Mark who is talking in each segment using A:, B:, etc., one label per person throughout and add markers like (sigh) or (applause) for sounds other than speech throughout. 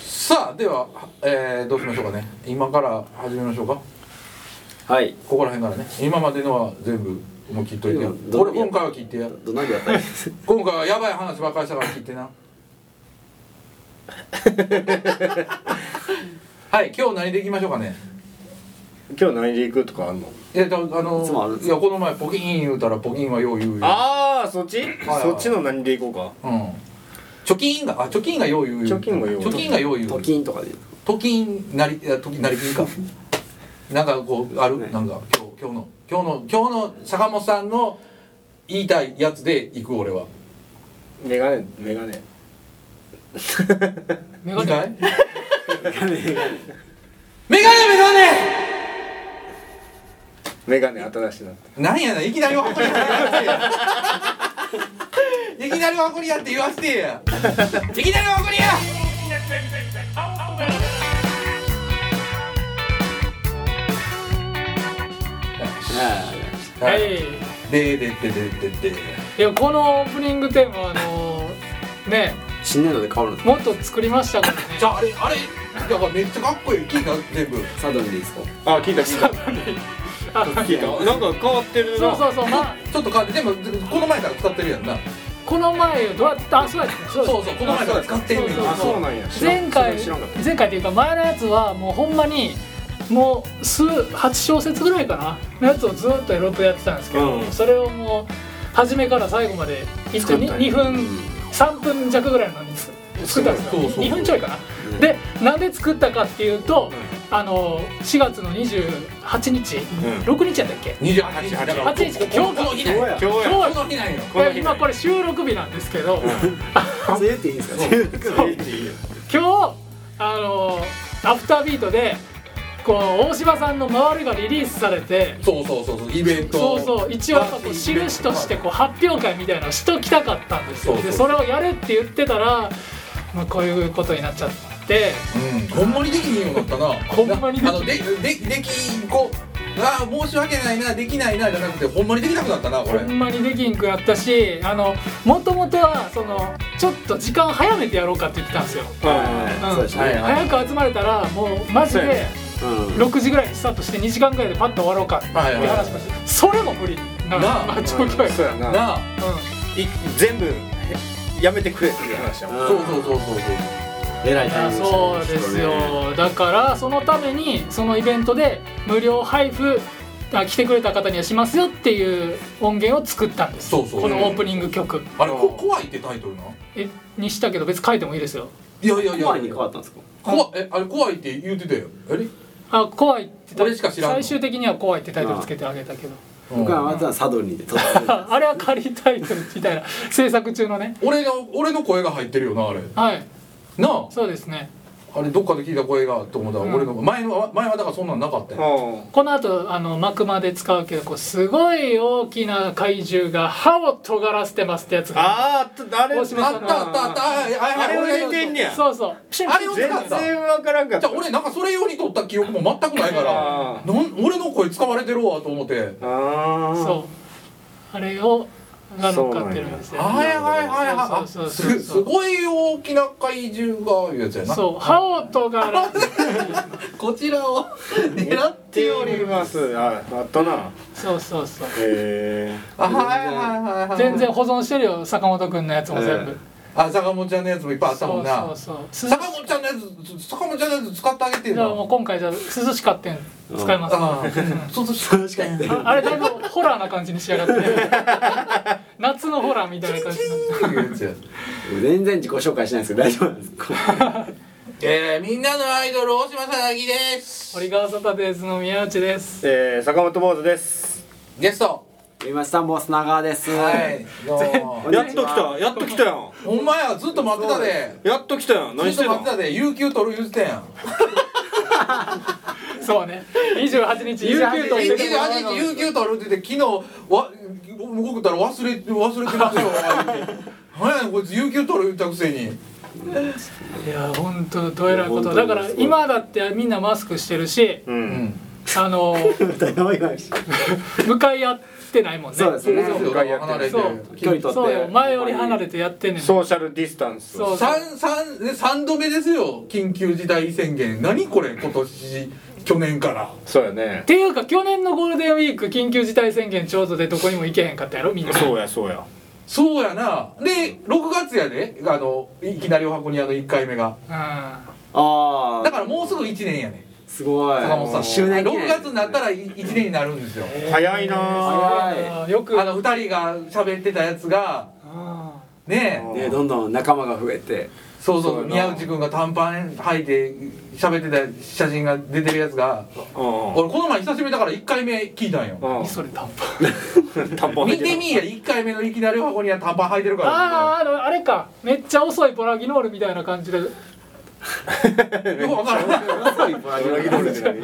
A: さあでは、えーどうしましょうかね今から始めましょうか
B: はい
A: ここら辺からね今までのは全部もう聞いといてや
B: うん
A: 俺今回は聞いてや
B: どんなんでやったらいいです
A: 今回はやばい話ばっかりしたから聞いてなはい今日何でいきましょうかね
C: 今日何で行くとかあんの
A: えっとあの
B: いつもあるんで
A: い
B: すよ
A: やこの前ポキーン言うたらポキーンはよう言うよ
C: ああそっち、
A: はい
C: そっちの何で行こ
A: うん貯金があ貯金がよう言うよ
C: 貯金がよう言う
A: 貯金がよう言う
B: トキンとかで言う
A: と金なりいやと金なり金かなんかこうある、
B: ね
A: なんか今日今日の今日の今日の坂本さんの言いたいやつで行く俺は
C: うかメガネメガネ
A: メガネメガネメ
C: メガネ新しいなって
A: ガネなんやないきなりわこりやっていきなりわこりやって言わせてやいきなりわこりや
B: あ
D: はい、
A: でででででで
D: いやこのオープニングテーマあのー、ね
B: あ新年度で変わるんです
D: もっと作りましたからね
A: じゃああれあれだからめっちゃかっこいい金が全部
B: サドンでいいですか
C: あ聞いた聞いた
D: あ
C: 聞いたなんか変わってる
D: (laughs) そう
C: な
D: そうそうまあ
A: ちょっと変わってでもこの前から使ってるやんな
D: この前どうやってあそうやった
A: そう
D: そう
A: そうこの前から使ってんねん
D: そう
C: あそうなんや知らん
D: 前回
C: 知らんかった
D: 前回っていうか前のやつはもうほんまにもう数8小節ぐらいかなのやつをずっとエロとやってたんですけど、
C: うん
D: それをもう初めから最後まで1
C: 作ったんや
D: 2分3分弱ぐらいのに作ったんですよ
A: そうそうそう
D: 2分ちょいかな、でなんで作ったかっていうと、あの4月の28日、6日やったっけ
A: 二十八日だから
D: 28日
A: 今日この日なんよ
C: 今日や
D: 今
A: この日なんよ
C: この日
D: 今これ収録日なんですけど、
B: それ言っていいんですか
D: 今日あのアフタービートでこう大柴さんの周りがリリースされて
A: そうそうそうそうイベント
D: そうそう一応やっぱこう
A: パーティー
D: 印としてこう発表会みたいなのしときたかったんですよ
A: そうそう
D: でそれをやるって言ってたら、まあ、こういうことになっちゃって
A: うんほんまにできひんようになったな
D: ほんまにできひん
A: あのででできんこあー申し訳ないなできないなじゃなくてほんまにできなくなったなこれ
D: ほんまにできんくやったしあのもともとはそのちょっと時間早めてやろうかって言ってたんですよ、
B: はい (laughs) そうですね
A: はい
D: 早く集まれたらもうマジ
C: そうや
D: で
C: ね
B: うん
D: 6時ぐらいにスタートして2時間ぐらいでパッと終わろうかって
A: はいはい
D: 話しました、それも無理な
A: なあ
D: (laughs) まあ状況や
C: そ
D: か
C: う
D: ら
C: やな
A: なあ
C: い全部やめてくれっていう話やもん
B: うん
A: そうそうそうそう
B: 偉い
D: いや
B: タイミングしたね
D: そうですよだからそのためにそのイベントで無料配布あ来てくれた方にはしますよっていう音源を作ったんです
A: そうそう
D: このオープニング曲
A: あれこ怖いってタイトルな
D: えにしたけど別に書いてもいいですよ
A: いやいやいや
B: 前に変わったんですか
A: 怖えあれ怖いって言ってたよあれ
D: あ怖いって
A: 俺しか知らんの
D: 最終的には怖いってタイトルつけてあげたけど
B: 僕は
A: うん
B: またサドンにで撮っ
D: ああれは仮タイトルみたいな制作中のね
A: 俺の俺の声が入ってるよなあれ
D: はい
A: なあ
D: そうですね
A: あれどっかで聞いた声がと思ったら、
D: うん
A: 俺の前の前はだからそんなんなかったよ、
C: あ
D: この後あの幕まで使うけどこうすごい大きな怪獣が歯を尖らせてますってやつ
C: あー
D: が
C: あったあれ
D: 大島
A: あ
D: さ
A: っ
D: ん
A: たあったあったあ
C: あれを入れてんね
A: じ
C: や
D: そうそうピシャン
A: あれを
C: 全然わからんかっ
A: ゃ
C: た
A: あ俺なんかそれ用に撮った記憶も全くないから
C: あ
A: なん俺の声使われてるわと思って
C: ああ
D: そうあれをが乗っかってるんですよ
A: はいはいはいはいあ
D: そう
A: す
D: そうそうそう
A: すごい大きな怪獣がいうやつやな
D: そう歯を尖らせ
A: こちらを (laughs) 狙っ
C: ってて
A: お
C: お
A: り
C: りますああったな
D: そうそうそう
C: (laughs) へ
A: あはいはいはいはい
D: 全然保存してるよ坂本君のやつも全部、
C: え
A: あ坂本ちゃんのやつもいっぱいあった
D: そ
A: もん
D: う
A: な
D: そうそう涼し
A: 坂本ちゃんのやつ坂本ちゃんのやつ使ってあげてん
D: じゃあも
A: だ
D: う今回じゃあ涼しかってん使います
A: ああー (laughs) そうそう (laughs) そう確かに
D: ああれだいぶホラーな感じに仕上がって夏のホラーみたいな感じになって
A: いうやつや
B: て全然自己紹介しないんですけど大丈夫なんですか
A: えー、みんなのアイドル大島さなぎです
D: 堀川サタデーズの宮内です
C: えー坂本坊主です
A: ゲスト
B: 今さんボス長川です (laughs)
A: はいどうも
C: やっと来たやっと来たやん
A: ほんまやずっと待ってたで
C: やっと来たやん
A: ず
C: 何
A: っ
C: して
A: と
C: た
A: 待っ
C: の
A: てたで有給取る言うてたやん
D: そうね28日有給と
B: 取
D: 言
B: る
D: って
A: 28日有給取るって言って昨日わ僕ったら忘れ忘れてますよ言うて何やねんこいつ有給取る言ったくせに
D: いや本当どえらいこと
B: いや
D: だから
B: 本当に
D: 今だってみんなマスクしてるし
C: う
A: うんん
D: あの
B: 歌い終わりました
D: 向かい合ってないもんね
B: そうですね
A: そう
C: 一回やって
A: 離れて
D: そう
B: 距離取って
D: そうよ前より離れてやってんねん
C: ソーシャルディスタンス
D: そう
A: 三三ね三度目ですよ緊急事態宣言何これ今年去年から
C: そうやね
D: っていうか去年のゴールデンウィーク緊急事態宣言ちょうどでどこにも行けへんかったやろみんな
C: そうやそうや
A: そうやなで6月やであのいきなりお箱にあの1回目が
D: うん
B: ああ
A: だからもうすぐ1年やね
B: すごい
A: 坂本さん
B: 周年記
A: 6
B: 念
A: 月になったら1年になるんですよ
C: 早いな
B: 早い
D: あーよく
A: あの2人が喋ってたやつが
D: あ
A: ねえ
B: ねどんどん仲間が増えて
A: そうそ
C: そう
A: う
C: や
A: 宮
C: な
A: 内君が短パン履いて喋ってた写真が出てるやつが
C: う
A: 俺この前久しぶりだから1回目聞いたんよ
C: ん
D: ー
C: うん
D: 何それ短パン
C: タンポン
A: 見てみーや1回目のいきなりお箱には短パン履いてるから
D: あーあのあれかめっちゃ遅いボラギノールみたいな感じで
A: よくわからない
C: 裏切られてない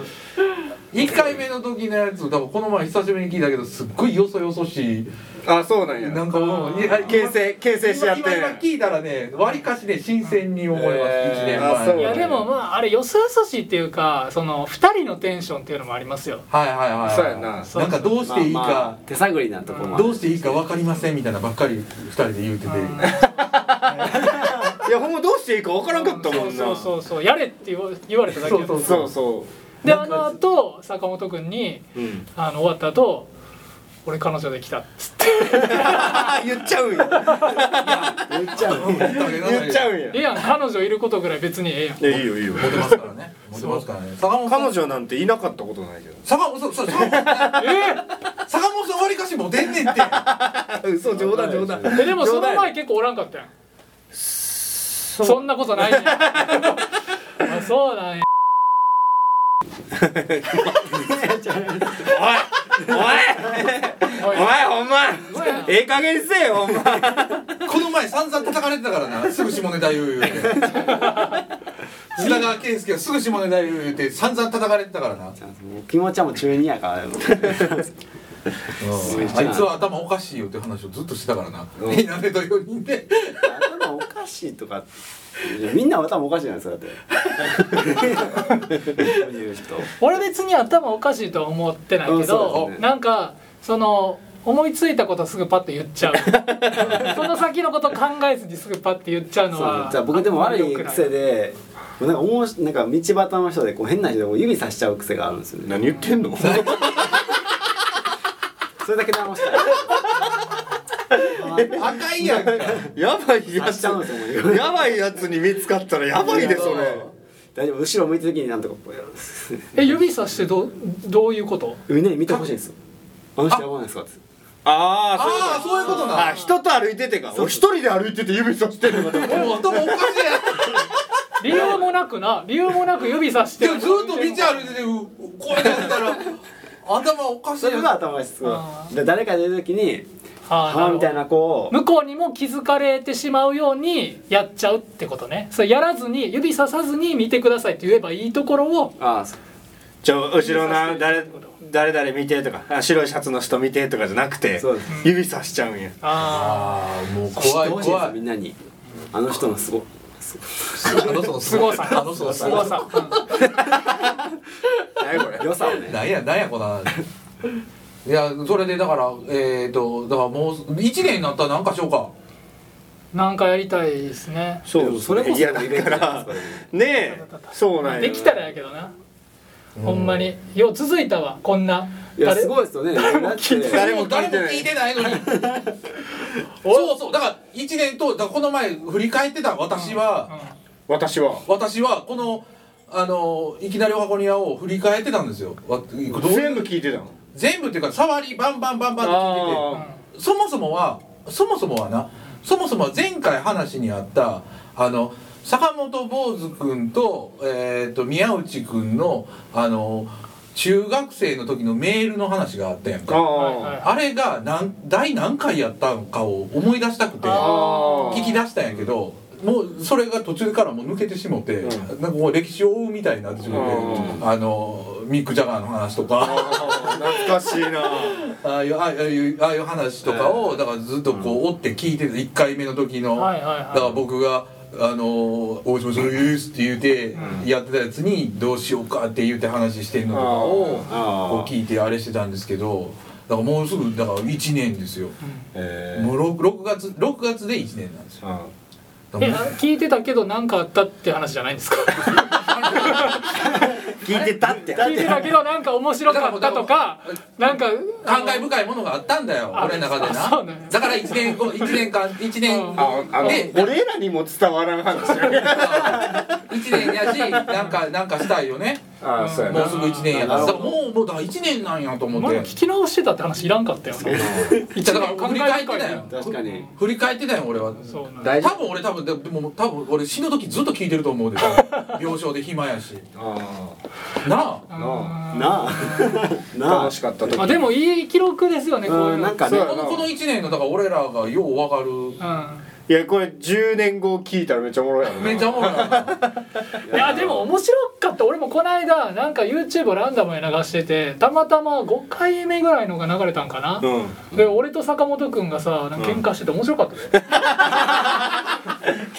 A: 1回目の時のやつ多分この前久しぶりに聞いたけどすっごいよそよそしい
C: あそうなんや
A: なんかもういや
C: 形成形成し
A: 今
C: 合って
A: 今今聞いたらねわりかしね新鮮に思います、
C: えー
A: 1年
C: あそう
D: い
A: 前
D: やでもまああれよそよそしいっていうかその2人のテンションっていうのもありますよ
A: はいはいはいはい
C: そうやな
A: なんかどうしていいか、
B: まあまあ手探りなとこもある
A: どうしていいか分かりませんみたいなばっかり2人で言うてて
C: いやほんまどうしていいかわからんかったもんな
D: そうそうそうそうやれって言わ言われただけ
A: そうそう
C: そうそ
D: であの後坂本君に
C: ううん
D: あの終わった後俺彼女できたっつって
C: あ (laughs) 言っちゃうんや
B: 言っちゃう
C: (laughs) 言っちゃ
A: う
C: うんや
D: ええやん彼女いることぐらい別にええやん
C: いやいいよいいよ
A: モテますからねモテますからね坂本さん
C: 彼女なんていなかったことないけど
A: 坂本さんそう坂本さん坂本さんわりかしモテんねんって
C: 嘘冗談冗談
D: えでもその前結構おらんかったやんそんなこ
B: (laughs)
D: とないじゃんあそうなんや
C: おいおいほんまええ加減にせえよほんま
A: この前散々叩かれてたからなすぐ下ネタ言
C: (laughs)
A: う言うて品川圭介がすぐ下ネタ言う言うて散々叩かれてたからな
B: 気持ちはもう中二やからでも
A: あいつは頭おかしいよって話をずっとしてたからな、
C: うん
A: みんなでと4人で
B: 頭おかしいとかいやみんな頭おかしいじゃないですかだって言う人
D: 俺別に頭おかしいとは思ってない
B: うん
D: け
B: そ
D: ど、
B: うですね
D: なんかその思いついたことすぐパッと言っ
B: (laughs)
D: ちゃうその先のこと考えずにすぐパッて言っちゃうの
B: そう
D: は
B: じゃあ僕でも悪い癖
D: で
B: でなんかおもしなんか道端の人でこう変な人でこう指さしちゃう癖があるんですよね
C: 何言ってんの
B: それだけ直したい
A: (laughs) 赤いやんか
C: (laughs) やばいや
B: 刺し
C: つ
B: ちゃうんですよもう
C: やばいやつに見つかったらやばいでそれ
B: 大丈夫後ろ向いた時になんとかこうやる
D: え指さしてどうどういうこと
B: ね見てほしいんですよあの人やばないですかって
C: あ
A: ああ
C: あ
A: そういうことな
C: あ人と歩いててか俺一人で歩いてて指さしてるのかと思った
A: もう頭おかしいやん
D: 理由もなくな理由もなく指さし
A: で
D: て
A: もずっと道歩いててうこうやってやってたら頭おかしい
B: そ
A: や
B: れ
A: ん
B: が頭がすご
D: あ
B: いで誰か出る時に「
D: あーなるほ
B: は
D: ど
B: みたいなこう
D: 向こうにも気づかれてしまうようにやっちゃうってことねそれやらずに指ささずに見てくださいって言えばいいところを
B: ああそう
C: ちょ後ろな誰誰々見てとかあ白いシャツの人見てとかじゃなくて
B: そうです
C: 指さしちゃうんや
A: あ
D: あ
A: あもう
B: 知っ
A: 怖い
B: てほしいで
A: 怖
B: すみ
A: い
B: んなにあの人のすごい
A: あの人の
D: あす
A: (laughs)
D: ごさ
A: あの人の
D: す
A: す
D: ご
A: ごさ
D: さ、うん
C: 何これ
B: 良さをね
A: なんやなんやこの話いやそれでだからえっ、ー、とだからもう1年になったら何かしようか
D: なんかやりたいですね
C: そ
B: でもそれこそ
C: いやだ
B: イベント
C: か
B: じゃな
C: ら
B: いです
C: ねえそうなんや
D: できたらやけどな、ほんまによう続いたわこんない
B: やす
D: い
B: ごいですよねだって
C: 誰
A: も
C: も
A: う
C: 聞いて
A: 誰
C: な
A: も
C: い
A: 聞いてないのに (laughs) そうそうだから1年とだからこの前振り返ってた私は、
C: 私は
A: 私はこのあのいきなりお箱庭を振り返ってたんですよわどういう
C: 全部聞いてたの
A: 全部っていうか触りバンバンバンバンって聞いててそもそもはそもそもはなそもそもは前回話にあったあの坂本坊主君と,、えー、と宮内君のあの中学生の時のメールの話があったやん
C: あー
A: か
D: はいはい
A: あれが何第何回やったのかを思い出したくて
D: あー
A: 聞き出したんやけどもうそれが途中からもう抜けてしもて、
C: うん
A: なんかもう歴史を追うみたいになってしもて、
C: う
A: あのミック・ジャガーの話とか。
C: あー懐かしいな
A: (laughs) ああいうああいうああいう話とかを、だからずっとこう追って聞いてた1回目の時の、
D: はいはいはい
A: だから僕があの「大島さんです」って言うて
C: うん
A: やってたやつにどうしようかって言って話してんのとか
B: あ
A: を
B: ー
A: こう聞いてあれしてたんですけどだからもうすぐだから1年ですよ
C: えー
A: もう 6, 月6月で1年なんですよ
C: うん
A: だか
D: え
A: ら
D: な
A: もう
D: 聞いてたけど何かあったって話じゃないんですか
C: 聞いてたって
D: 聞いてたけどなんか面白かったとかなんか
A: 感慨深いものがあったんだよ
D: あ
A: 俺の中で
D: そうね
A: なだから1年
D: (laughs)
A: 後1年間1
D: う
A: 年
D: ん
C: ああの
A: で (laughs)
C: 俺らにも伝わらん話や
A: 1年やしなんかなんかしたいよね
C: ああそうや
A: も
C: な
A: うすぐ1年やから
B: な
A: だ
B: る
A: から
B: ほど
A: もうもうだから1年なんやと思
D: お
A: って
D: 前聞き直してたって話いらんかったよな一
A: だから
D: 年考
A: 振
D: え
A: り
D: た
A: 返ってたよ
B: 確かに
A: 振り返ってたよ俺は
D: そうなんだ
C: 大丈
A: 多
C: 夫
A: 分俺多分ででも多分俺死ぬ時ずっと聞いてると思
D: (laughs)
A: うで病床で暇やし
C: あ
A: なあ
D: あー
B: なあ (laughs)
C: あ
B: なあ
C: 楽しかった時
D: まあでもいい記録ですよねこういう
B: うん
D: の
B: なんか
A: こ
B: ね
A: の
C: そうやな
A: この1年のだから俺らがようわかる
D: う
C: いやこれ10年後聞いたらめっちゃおもろいやろな
A: めっちゃおもろいな
C: (laughs)
A: い
D: やでも面白かった俺もこの間なんか YouTube をランダムに流しててたまたま5回目ぐらいのが流れたんかな、
C: うん
D: で俺と坂本君がさなんか喧嘩してて面白かったよ、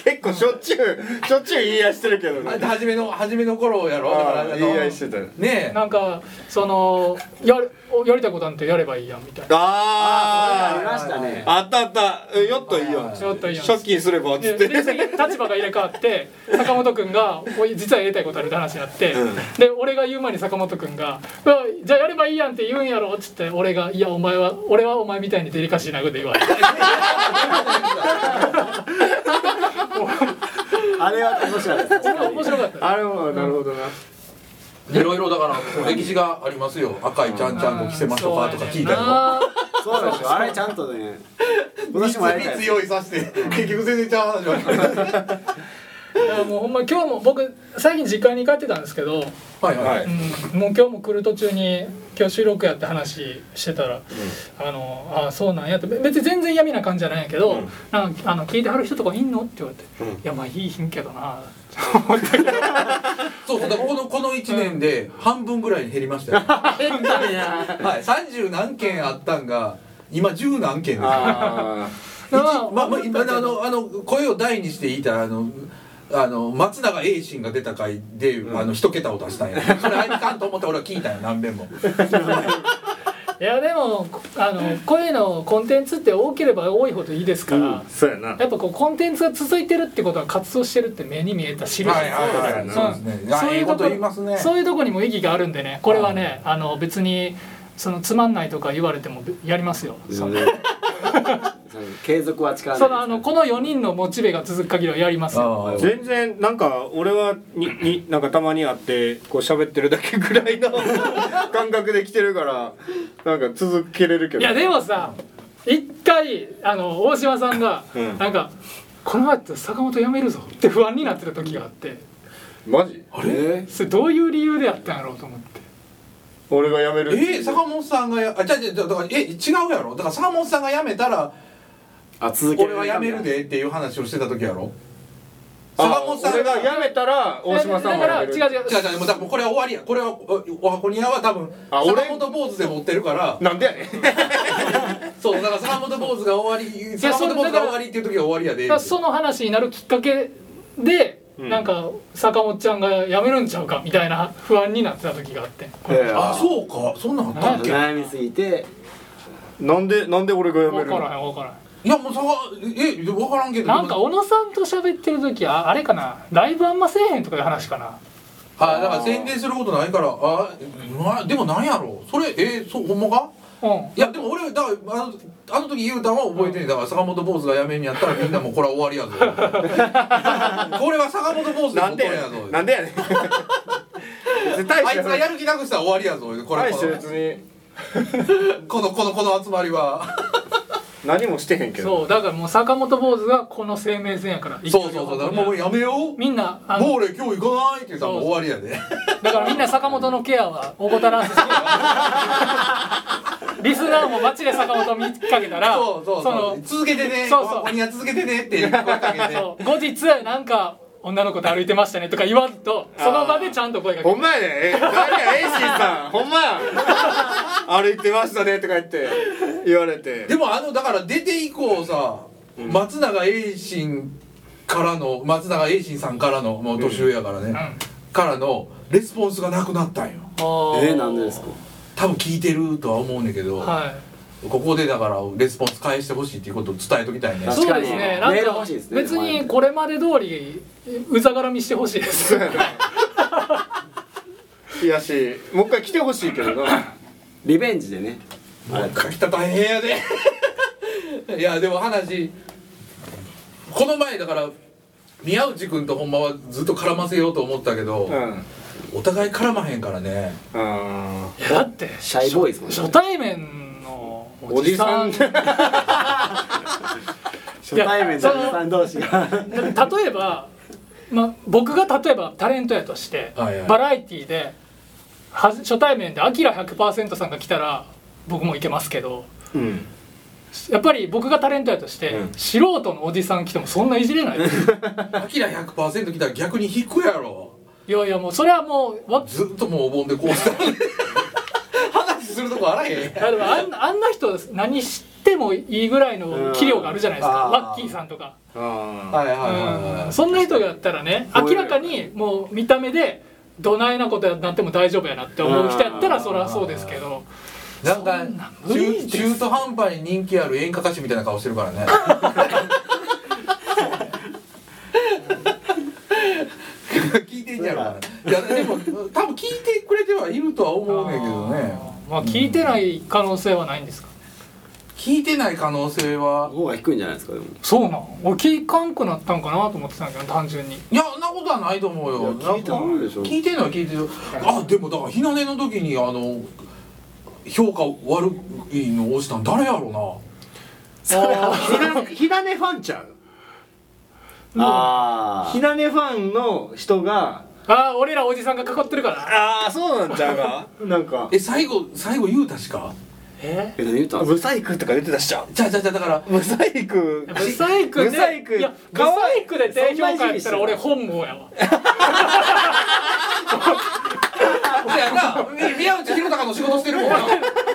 C: 結構しょっちゅうしょっちゅう言い合いしてるけど
A: あ
C: ね
A: で初めの初めの頃やろだからあ
C: あ
A: の
C: あ言い合い
A: ね
C: してたよ
A: え
D: なんかそのやるやりたいことなんてやればいいやんみたいな
B: ああり
C: あ
B: ましたね
C: ああったあったえよっといいよ
A: あー
D: よっといいよ
C: ショッキンすればっつ
D: で
C: って
D: で次立場が入れ替わって坂本君が「おい実はやりたいことある」って話になって、
C: うん
D: で俺が言う前に坂本君が「うわじゃあやればいいやん」って言うんやろっつって俺が「いやお前は俺はお前みたいにデリカシーなこと言われて
B: あれは楽しかったです確かに
D: 面白かったよ
C: あれもなるほどない
A: ろいろだから歴史がありますよ赤いちゃんちゃんこ着せましょうかとか聞いたりも
B: そうなんですよあれちゃんとね
A: 三
B: 私もやりたい
A: つ
B: です
A: 用意させて結局全然ちゃう話は
D: いやもうほんま今日も僕最近実家に帰ってたんですけど、うん、
A: はいはい、
C: はい
D: もう今日も来る途中に今日収録やって話してたら「あのあそうなんや」ってべ別に全然嫌味な感じじゃないんやけど
C: う
D: 「
C: ん
D: なんかあの聞いてはる人とかいんの?」って言われて「
C: うん
D: いやまあいいひんけどな」
A: そうそうだからこのこの1年で半分ぐらいに減りましたよ減ったんやはい30何件あったんが今10何件です
C: あ
A: 一
D: まあ
A: まあ、まあ、今あのあの声を大にして言いたあのあの松永栄心が出た回で、
C: うん
A: あの一桁を出したんやそれあいかんと思って俺は聞いたんや何遍も
D: いやでもこあのこういうのコンテンツって多ければ多いほどいいですから、
C: あそうやな
D: やっぱこうコンテンツが続いてるってことは活動してるって目に見えたしるし、
A: はいはいはい
C: うん
A: そうですねいや
D: そう
A: え
D: い
A: え
D: うと
A: こ
D: こと
A: 言いますね
D: そういうとこにも意義があるんでねこれはねあの別にそのつまんないとか言われてもやりますよ。
B: そうね
D: (laughs)
B: そう継続は力な
D: そ
B: りです
D: のあのこの4人のモチベが続く限りはやりますよ。
A: ああ
C: 全然なんか俺はにになんかたまに会ってこう喋ってるだけぐらいの感覚で来てるからなんか続けれるけど
D: いやでもさ一回あの大島さんが、
C: うん
D: なんかこの後坂本辞めるぞって不安になってた時があって
C: マジ
B: あれ
D: それどういう理由でやったんやろうと思って。
C: 俺が辞める
A: え坂本さんがやあじゃじゃだからえ違うやろだから坂本さんが辞めたら
B: あ続け
A: 俺は辞めるでっていう話をしてた時やろ坂
C: あ
A: 本さん
C: 俺が辞めたら大島さん
D: だ
C: が
D: から違
C: 辞
D: う
C: める
D: 違う
A: 違う違うもうだからもうこれは終わりやこれはおお箱庭は多分
C: あ俺
A: 坂本坊主で持ってるから
C: なんでやねん
A: そうだから坂本坊主が終わり
D: や
A: 坂
D: そう
A: 本坊主が
D: だから
A: 終わりっていう時は終わりやで
D: だからその話になるきっかけで、
C: うん
D: なんか坂本ちゃんが辞めるんちゃうかみたいな不安になってた時があって
A: あ
B: う
A: そうかそんなんあったっけ
B: 悩みすぎて
C: なんでなんで俺が辞め
D: 分
C: る
D: か
C: の
D: らへん分からへ
A: い
D: ん
A: やもうさえ分からんけど
D: なんか小野さんと喋ってる時ああれかなライブあんませえへんとかいう話かな
A: あだから宣伝することないからあなでもなんやろそれえそうほんまか
D: うん
A: いやでも俺だからあのあの時言うたんは覚えてねえだから坂本坊主がやめんやったらみんなもうこれは終わりやぞこれは坂本坊主
C: な
A: の
C: ん
A: こと
C: でやね
A: やぞ
C: んなんでやねん絶対
A: あ
C: し
A: い
C: て
A: つがやる気なくしたら終わりやぞこれ
C: 大
A: こ
C: して別に
A: のこのこのこの集まりは
C: 何もしてへんけど
D: そうだからもう坂本坊主がこの生命線やから
A: そうそうそうだからもうやめよう
D: みんなあ
A: もう
D: の
A: 俺今日行かないって言ったらもう終わりやで
D: だからみんな坂本のケアは怠らん
A: (laughs)
D: すリスナーも街で坂本見かけたら
A: そうそうそ
D: の
A: う続けてね
D: そうそう
A: おおには続けてねって声かけて
D: そう後日なんか女の子と歩いてましたねとか言わんとその場でちゃんと声かけ
C: ほ
D: て
C: んまやねえ誰やエイシーさん (laughs) ほんまや歩いてましたねとか言って言われて
A: でもあのだから出て以降さ、松永栄心からの松永栄信さんからのもう年上やからね、からのレスポンスがなくなったんよ
B: えー、なんでですか
A: 多分聞いてるとは思うねんだけど、
D: は
A: ここでだからレスポンス返してほしいっていうことを伝えときたいね
D: い
B: 確
D: そう
B: か
D: で
B: に
D: すねなん
B: メール
D: か
B: 欲しいですね
D: 別にこれまで通りうざがらみしてほしい
A: (laughs)
D: です
C: いやしもう一回来てほしいけどな
B: リベンジでねあれ
A: 書きた大変やで (laughs) いやでも話この前だから宮内君とほんまはずっと絡ませようと思ったけど、
C: うん
A: お互い絡まへんからね
C: あー
D: だって
B: シャイボーイですもん
D: 初
B: ね
D: 対面のお
C: お
D: じ
C: じ
D: さ
C: さ
D: ん
C: ん
B: 初対面のおじさん同士が
D: だって例えば、まあ、僕が例えばタレントやとして、
A: はいはい
D: バラエティーではじ初対面で「アキラ100%さんが来たら僕も行けますけど
C: うん
D: やっぱり僕がタレントやとして、
C: うん
D: 素人のおじさん来てもそんないじれない (laughs) です
A: 「アキラ100%来たら逆に引くやろ
D: いやいやもうそれはもうわ」
A: ずっともうお盆でこうした (laughs) 話するとこあらへん
D: あでもあんあんな人何してもいいぐらいの器量があるじゃないですか、
A: うん
D: ワッキーさんとか。
C: あ
A: はいはいはいはい、
D: そんな人がやったらね
C: こういう
D: 明らかにもう見た目でどないなことになっても大丈夫やなって思う人やったらそりゃそうですけど
A: なんか
D: そんなん無理
A: 中
D: です
A: 中途半端に人気ある演歌歌手みたいな顔してるからね (laughs) 聞いてんじゃろうないやでも多分聞いてくれてはいるとは思うねんけどね
D: まあ聞いてない可能性はないんですかね
A: 聞いてない可能性は
B: 方が低いんじゃないですかでも
D: そうなん俺聞かんくなったんかなと思ってたんだけど単純に
A: いやそんなことはないと思うよ
B: いや聞いてないでしょ
A: 聞いてんのは聞いてるあでもだから日の出の時にあの評価悪いのを押したん誰やろうな
D: それは
C: 火種ファンちゃう
B: あ
C: 火種ファンの人が
D: あー俺らおじさんが囲ってるから
C: ああそうなんちゃうか (laughs) なんか
A: え最後最後言うたしか
D: え
B: え何言ったんですか
C: ブサイクとか言ってたしちゃう
A: じゃあじゃあじゃあだから
C: ブサイク
D: ブサイクで
C: ブサイク
D: いやブ
C: 可
D: サ
C: 愛
D: イ
C: い
D: クで低評価やったら俺本望やわ
A: そうやなみ宮内宏隆の仕事してるもんな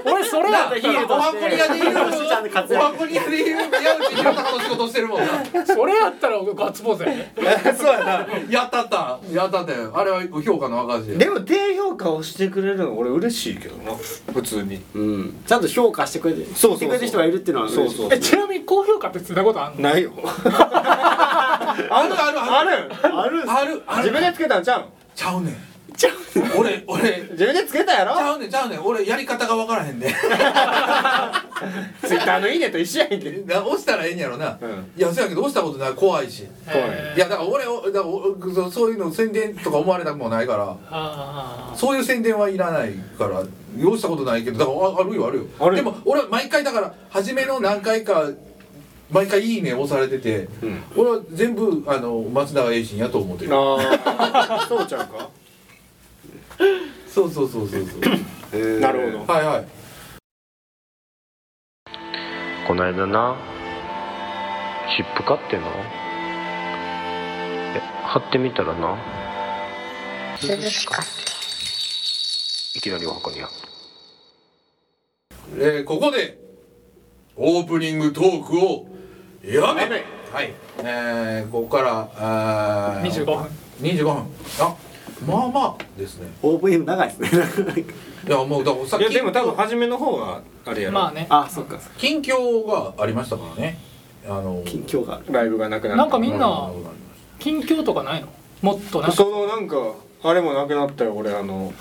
D: 俺それやったら
A: おはこり屋でいるお
B: ちゃんの活
A: はこり屋でいる宮内宏隆の仕事してるもんな
D: それやったら俺ガッツポーズやね
C: そうやな
A: やったったやったったよあれは評価の赤字
C: でも低評価をしてくれるの俺嬉しいけどな普通に
B: うんちゃんと評価してくれて
C: そうそうそう
B: してくれる人がいるっていうのは
C: そうそう
D: えちなみに高評価ってついたことあんの
C: ないよ
A: あるあるあ
C: (laughs) あ
A: る
C: るある
A: あるあ
C: 自分
A: る
C: でつけたんちゃう
A: ちゃうねん俺俺ち
C: 自分でつけたやろ
A: ゃうねんちゃうねん俺やり方が分からへんねん (laughs)
C: ツイッターの「いいね」と一緒やんけ
A: な押したらええんやろな、
C: うん
A: いやそうやけど押したことない怖いし
C: 怖い
D: えー
A: いやだから俺おだからおそうそういうの宣伝とか思われたくもないから
D: あー
A: そういう宣伝はいらないから用したことないけどだからああるよあるよ
C: ある
A: でも俺は毎回だから初めの何回か毎回「いいね」押されてて、
C: うん
A: 俺は全部あの松永栄信やと思ってる
C: ああ (laughs) そうちゃうか
A: そうそうそうそうそう
C: なるほど
A: はいはい
E: この間なチップ買ってなえ貼ってみたらないきなりお箱にや
A: えーここでオープニングトークをやめ
C: やめ
A: はいえー、ここからあー
D: 25分
A: 25分あまあまあですね
B: オープニング長いですね
A: いやもうだからさっ
C: い
A: き
C: やでも多分初めの方があれやろ
D: まあね
B: あそっかそっか
A: 近況がありましたからねあの
B: 近況がある
C: ライブがなくなった
D: なんかみんな
A: ありました
D: 近況とかないのもっとなんか
C: そのなんかあれもなくなったよ俺あの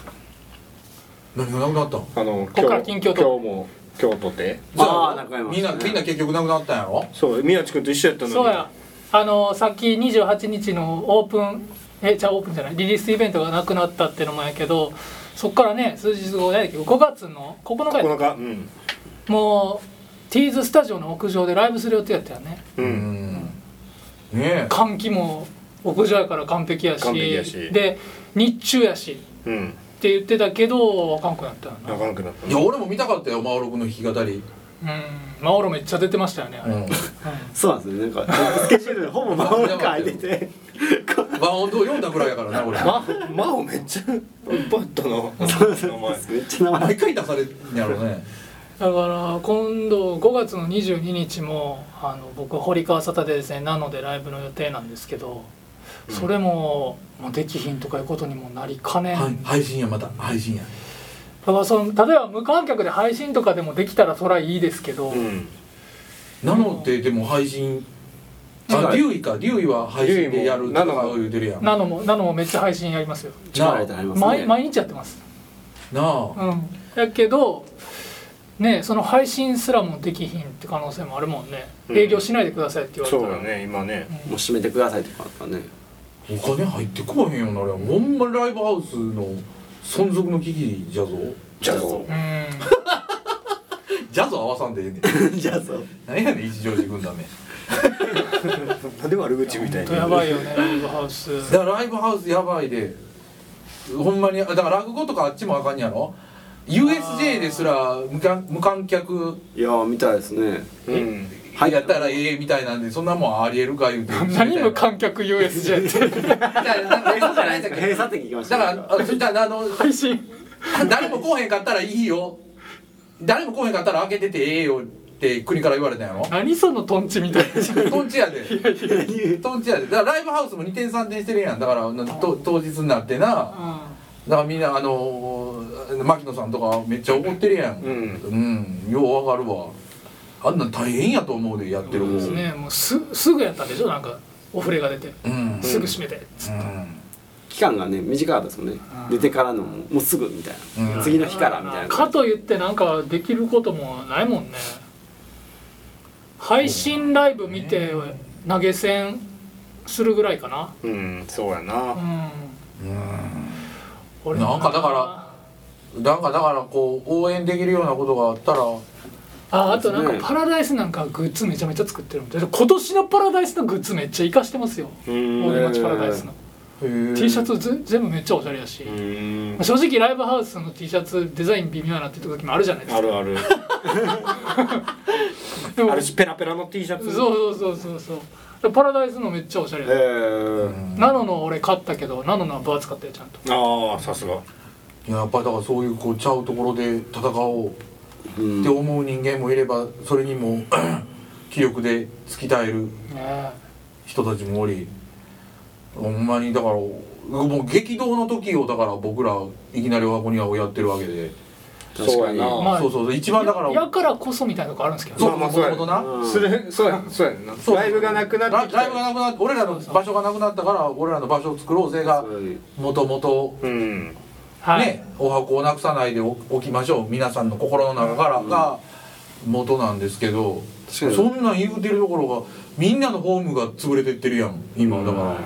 A: 何がなくなったの
C: あの
D: こっから
C: 今
D: 近
C: 日
D: 況と
C: 今日も今日とて
B: あーなくなりま
A: みん
B: し
A: な
B: たね
A: みんな結局なくなったんやろ
C: そう宮地君と一緒やったのに
D: そうやあのさっき28日のオープンえじゃあオープンじゃないリリースイベントがなくなったってのもやけどそっからね数日後やけど5月の9日や
C: 9日うん
D: もうティーズスタジオの屋上でライブする予定やったよね
C: う
A: うんねえ
D: 換気も屋上やから完璧やし
C: 完璧やし
D: で日中やし
C: うん
D: って言ってたけどあかんくなったよな
C: なかなくなった
A: いや俺も見たかったよマオロクの弾き語り、
D: うんマオロめっちゃ出てましたよねあ
A: う
D: れ、うん
A: ん、
B: そうなんですねなんかスケジュールでほぼ真ん中空いてて
A: 和音と読んだぐらいやからな俺
C: ま、マオめっちゃバットの
B: そうなんです
C: お前
B: めっちゃ名前
A: 毎回出されるんやろうね
D: だから今度5月の22日もあの僕堀川沙汰でですねなのでライブの予定なんですけどそれももうできひんとかいうことにもなりかねん、
A: はい配信やまた配信や
D: だからその例えば無観客で配信とかでもできたらそりゃいいですけど、
C: うん
A: なのででも配信
C: うん
A: あ竜医か竜医は配信でやると
C: 竜医も
A: か言うてるやんな
D: ナノもナノもめっちゃ配信やりますよ、
B: 力入れたらありますね
D: 毎毎日やってます
A: あ
D: うんやけどねその配信すらもできひんって可能性もあるもんね、
C: うん
D: 営業しないでくださいって言われた
C: そ
D: ら
C: うだね今ね
B: もう閉めてくださいってことかね
A: お金入ってこうへんよなあれほんまライブハウスの存続の危機じゃぞ
C: じゃあそう
D: うん
A: じゃぞ合わさんでええねん (laughs)
B: (laughs) じゃあそう
A: 何やねん一乗寺軍団め
C: なんで悪口みたい
D: ほんとやばいよねライブハウス
A: だからライブハウスやばいでほんまにだから落語とかあっちもあかんやろ USJ ですら無観無観客
B: いやーみたいですね
C: うん
B: はい
A: やったらええみたいなんでそんなもんありえるか言うて
D: 何無観客 USJ って
A: 客だからそうじゃないです
B: 閉鎖的行きました
A: だ
B: ね
A: からあそしたらあの
D: 配信
A: 誰も来おへんかったらいいよ誰も来おへんかったら開けててええよって国から言われたんやろ
D: 何そのトンチみたい
A: トンチやでトンチやでだからライブハウスも2点3点してるやんだからなと当日になってな
D: な、
A: だからみんなあのー牧野さんとかめっちゃ怒ってるやん
C: うん
A: うんようわかるわあんなん大変やと思うでやってる
D: う
A: 方
D: ん、ですねもうすすぐやったんでしょなんかお触れが出て、
A: うん
D: すぐ閉めて、
A: うん
B: 期間がね短かったですもんね
D: うん
B: 出てからのももうすぐみたいな、
A: うん
B: 次の日からみたいな
D: かといってなんかできることもないもんね配信ライブ見て投げ銭するぐらいかな
C: うんそうや
D: う
C: なん
D: 俺
A: なんかだからなんかだからこう応援できるようなことがあったら
D: ああとなんか
B: そうですね
D: パラダイスなんかグッズめちゃめちゃ作ってるみたいで今年のパラダイスのグッズめっちゃ活かしてますよ
C: うん
D: 大手町パラダイスの T シャツぜ全部めっちゃおしゃれやし
C: うん
D: 正直ライブハウスの T シャツデザイン微妙やなって時もあるじゃないです
C: あ
D: か
C: るある
D: でも
C: あるしペラペラの T シャ
D: そう
C: ツ
D: そうそうそうそうパラダイスのめっちゃおしゃれ
B: え
D: やった
B: ー
D: ナノの俺買ったけどナノのは分厚かったよちゃんと
C: ああさすが
A: いややっぱりだからそういうこうちゃうところで戦おう
B: うん
A: って思う人間もいればそれにも (clears throat) 気力で突き耐える
D: ね
A: 人たちもおりほんまにだからもう激動の時をだから僕らいきなり「お箱には」をやってるわけで、
B: 確かに
C: そうや
D: まあ
A: そうそうそう一番だから
D: やからこそみたいなとこあるんですけど
A: そう
D: ね
C: まあま
A: もと
C: あ
A: もとな
C: うんそれそうやそうやんな
A: そう
C: ライブがなくな
A: ラ
C: ってきた
A: ライブがなくなって俺らの場所がなくなったから俺らの場所を作ろうぜが
B: そういう
A: もともと
C: うん
D: はい、
A: ねお箱をなくさないでお置きましょう皆さんの心の中からが元なんですけど、
B: 確かに
A: そんなん言うてるところがみんなのホームが潰れてってるやん今だから、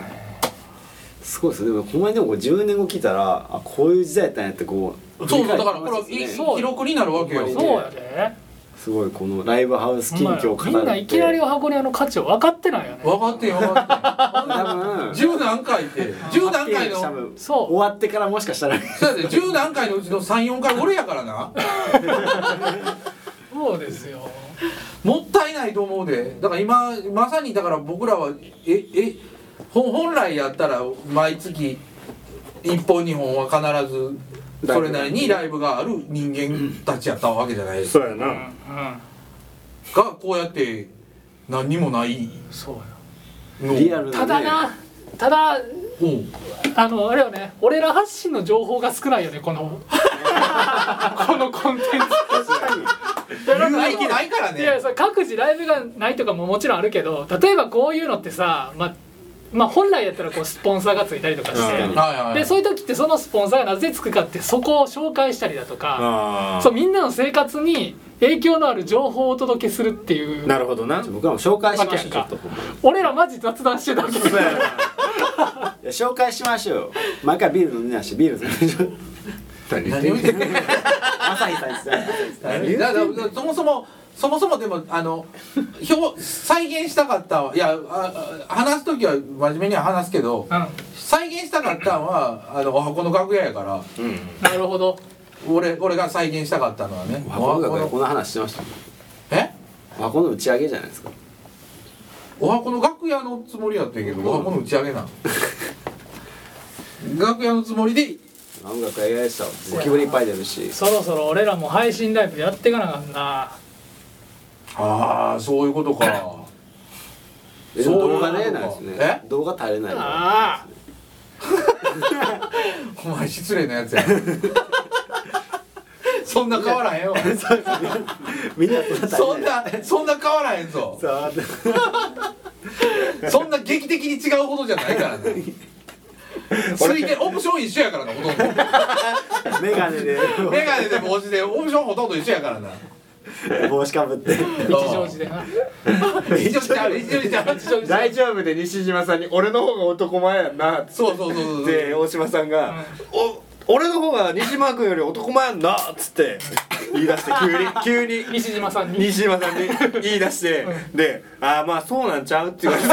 B: すごいですねでもこの辺でもこう10年後聞いたらあこういう時代やったんやってこう
A: そうそう
B: 振り
A: だから
B: 返って
A: これは
B: みます
A: い
B: ね
A: い
D: そう
A: 記録になるわけよ
D: そうやで、
B: すごいこのライブハウス近況を語る
D: みんないきなりお箱庭の価値を分かってないよね
A: 分かってん分か
B: 多分
A: ってん十何回って十何回の
B: 多分
D: そう
B: 終わってからもしかしたら
A: そうやで十何回のうちの34回俺やからな
D: そうですよ
A: もったいないと思うでだから今まさにだから僕らはええほ本来やったら毎月1本2本は必ずそれなりにライブがある人間たちやったわけじゃないです
C: そうや
D: うんう
C: なん
A: がこうやって何にもない
D: そうよ
A: のを
B: リアルな、ね、
D: ただなただ
A: うん
D: あのあれよね俺ら発信の情報が少ないよねこ (laughs) のこのコンテンツ
A: 言うわけないから
D: いや
A: ね
D: そう各自ライブがないとかももちろんあるけど例えばこういうのってさ、まあ、まあ本来やったらこうスポンサーがついたりとかして、
C: うん
A: はいはい
D: でそういう時ってそのスポンサーがなぜつくかってそこを紹介したりだとか、
C: あ
D: そうみんなの生活に影響のある情報をお届けするってい
C: あ
D: う
C: なるほどな
B: 僕らも紹介しましょうちょ
D: わ
B: っ
D: け
B: と
D: や俺らマジ雑談してたわけですね
B: いや紹介しましょうよ毎回ビール飲んでないしビール飲んでないし
C: 何言っ
A: 何
C: て
A: を言っ
C: んの
A: てんの
B: 朝日さんですね
A: だだだそもそもそもそもでもあの表再現したかったわいやああ話す時は真面目には話すけど
D: うん
A: 再現したかったのはあのお箱の楽屋やから
C: うん
D: なるほど
A: 俺俺が再現したかったのはね
B: 和光
A: お
B: 学こ
A: 箱
B: んな話してました
A: え
B: 和光の打ち上げじゃないですか
A: お箱の楽屋 (laughs) のつもりやったんやけどお箱の打ち上げなん楽屋のつもりで
B: 音楽やりやすさボキブリいっぱい出るし
D: そろそろ俺らも配信ライブやっていかなあかんな
A: ああそういうことか
B: でも動画ねないです
A: そういうこと
B: ね
A: え
B: 動画足りないから
D: あ
A: お前失礼なやつ (laughs) やそんな変わらへんよ
B: みんなそんな足
A: そん
B: りない
A: なそんな変わらへんぞ
B: さ
A: そんな劇的に違うほどじゃないから (laughs) ねついてオプション一緒やからなほとんど
B: あメガネで
A: メガネで帽子でオプションほとんど一緒やから (laughs) な
B: 帽子かぶって
D: あ吉祥寺でな
A: 一緒ちゃう一緒ちゃう
D: 吉祥寺
C: 大丈夫で西島さんに「俺の方が男前やんな」っつ
A: そうそうそうそう
C: って大島さんが「お俺の方が西島君より男前やんな」っつって言い出して (laughs) 急に急に
D: 西島さんに
C: 西島さんに言い出してで「ああまあそうなんちゃう?」って言わ (laughs) れて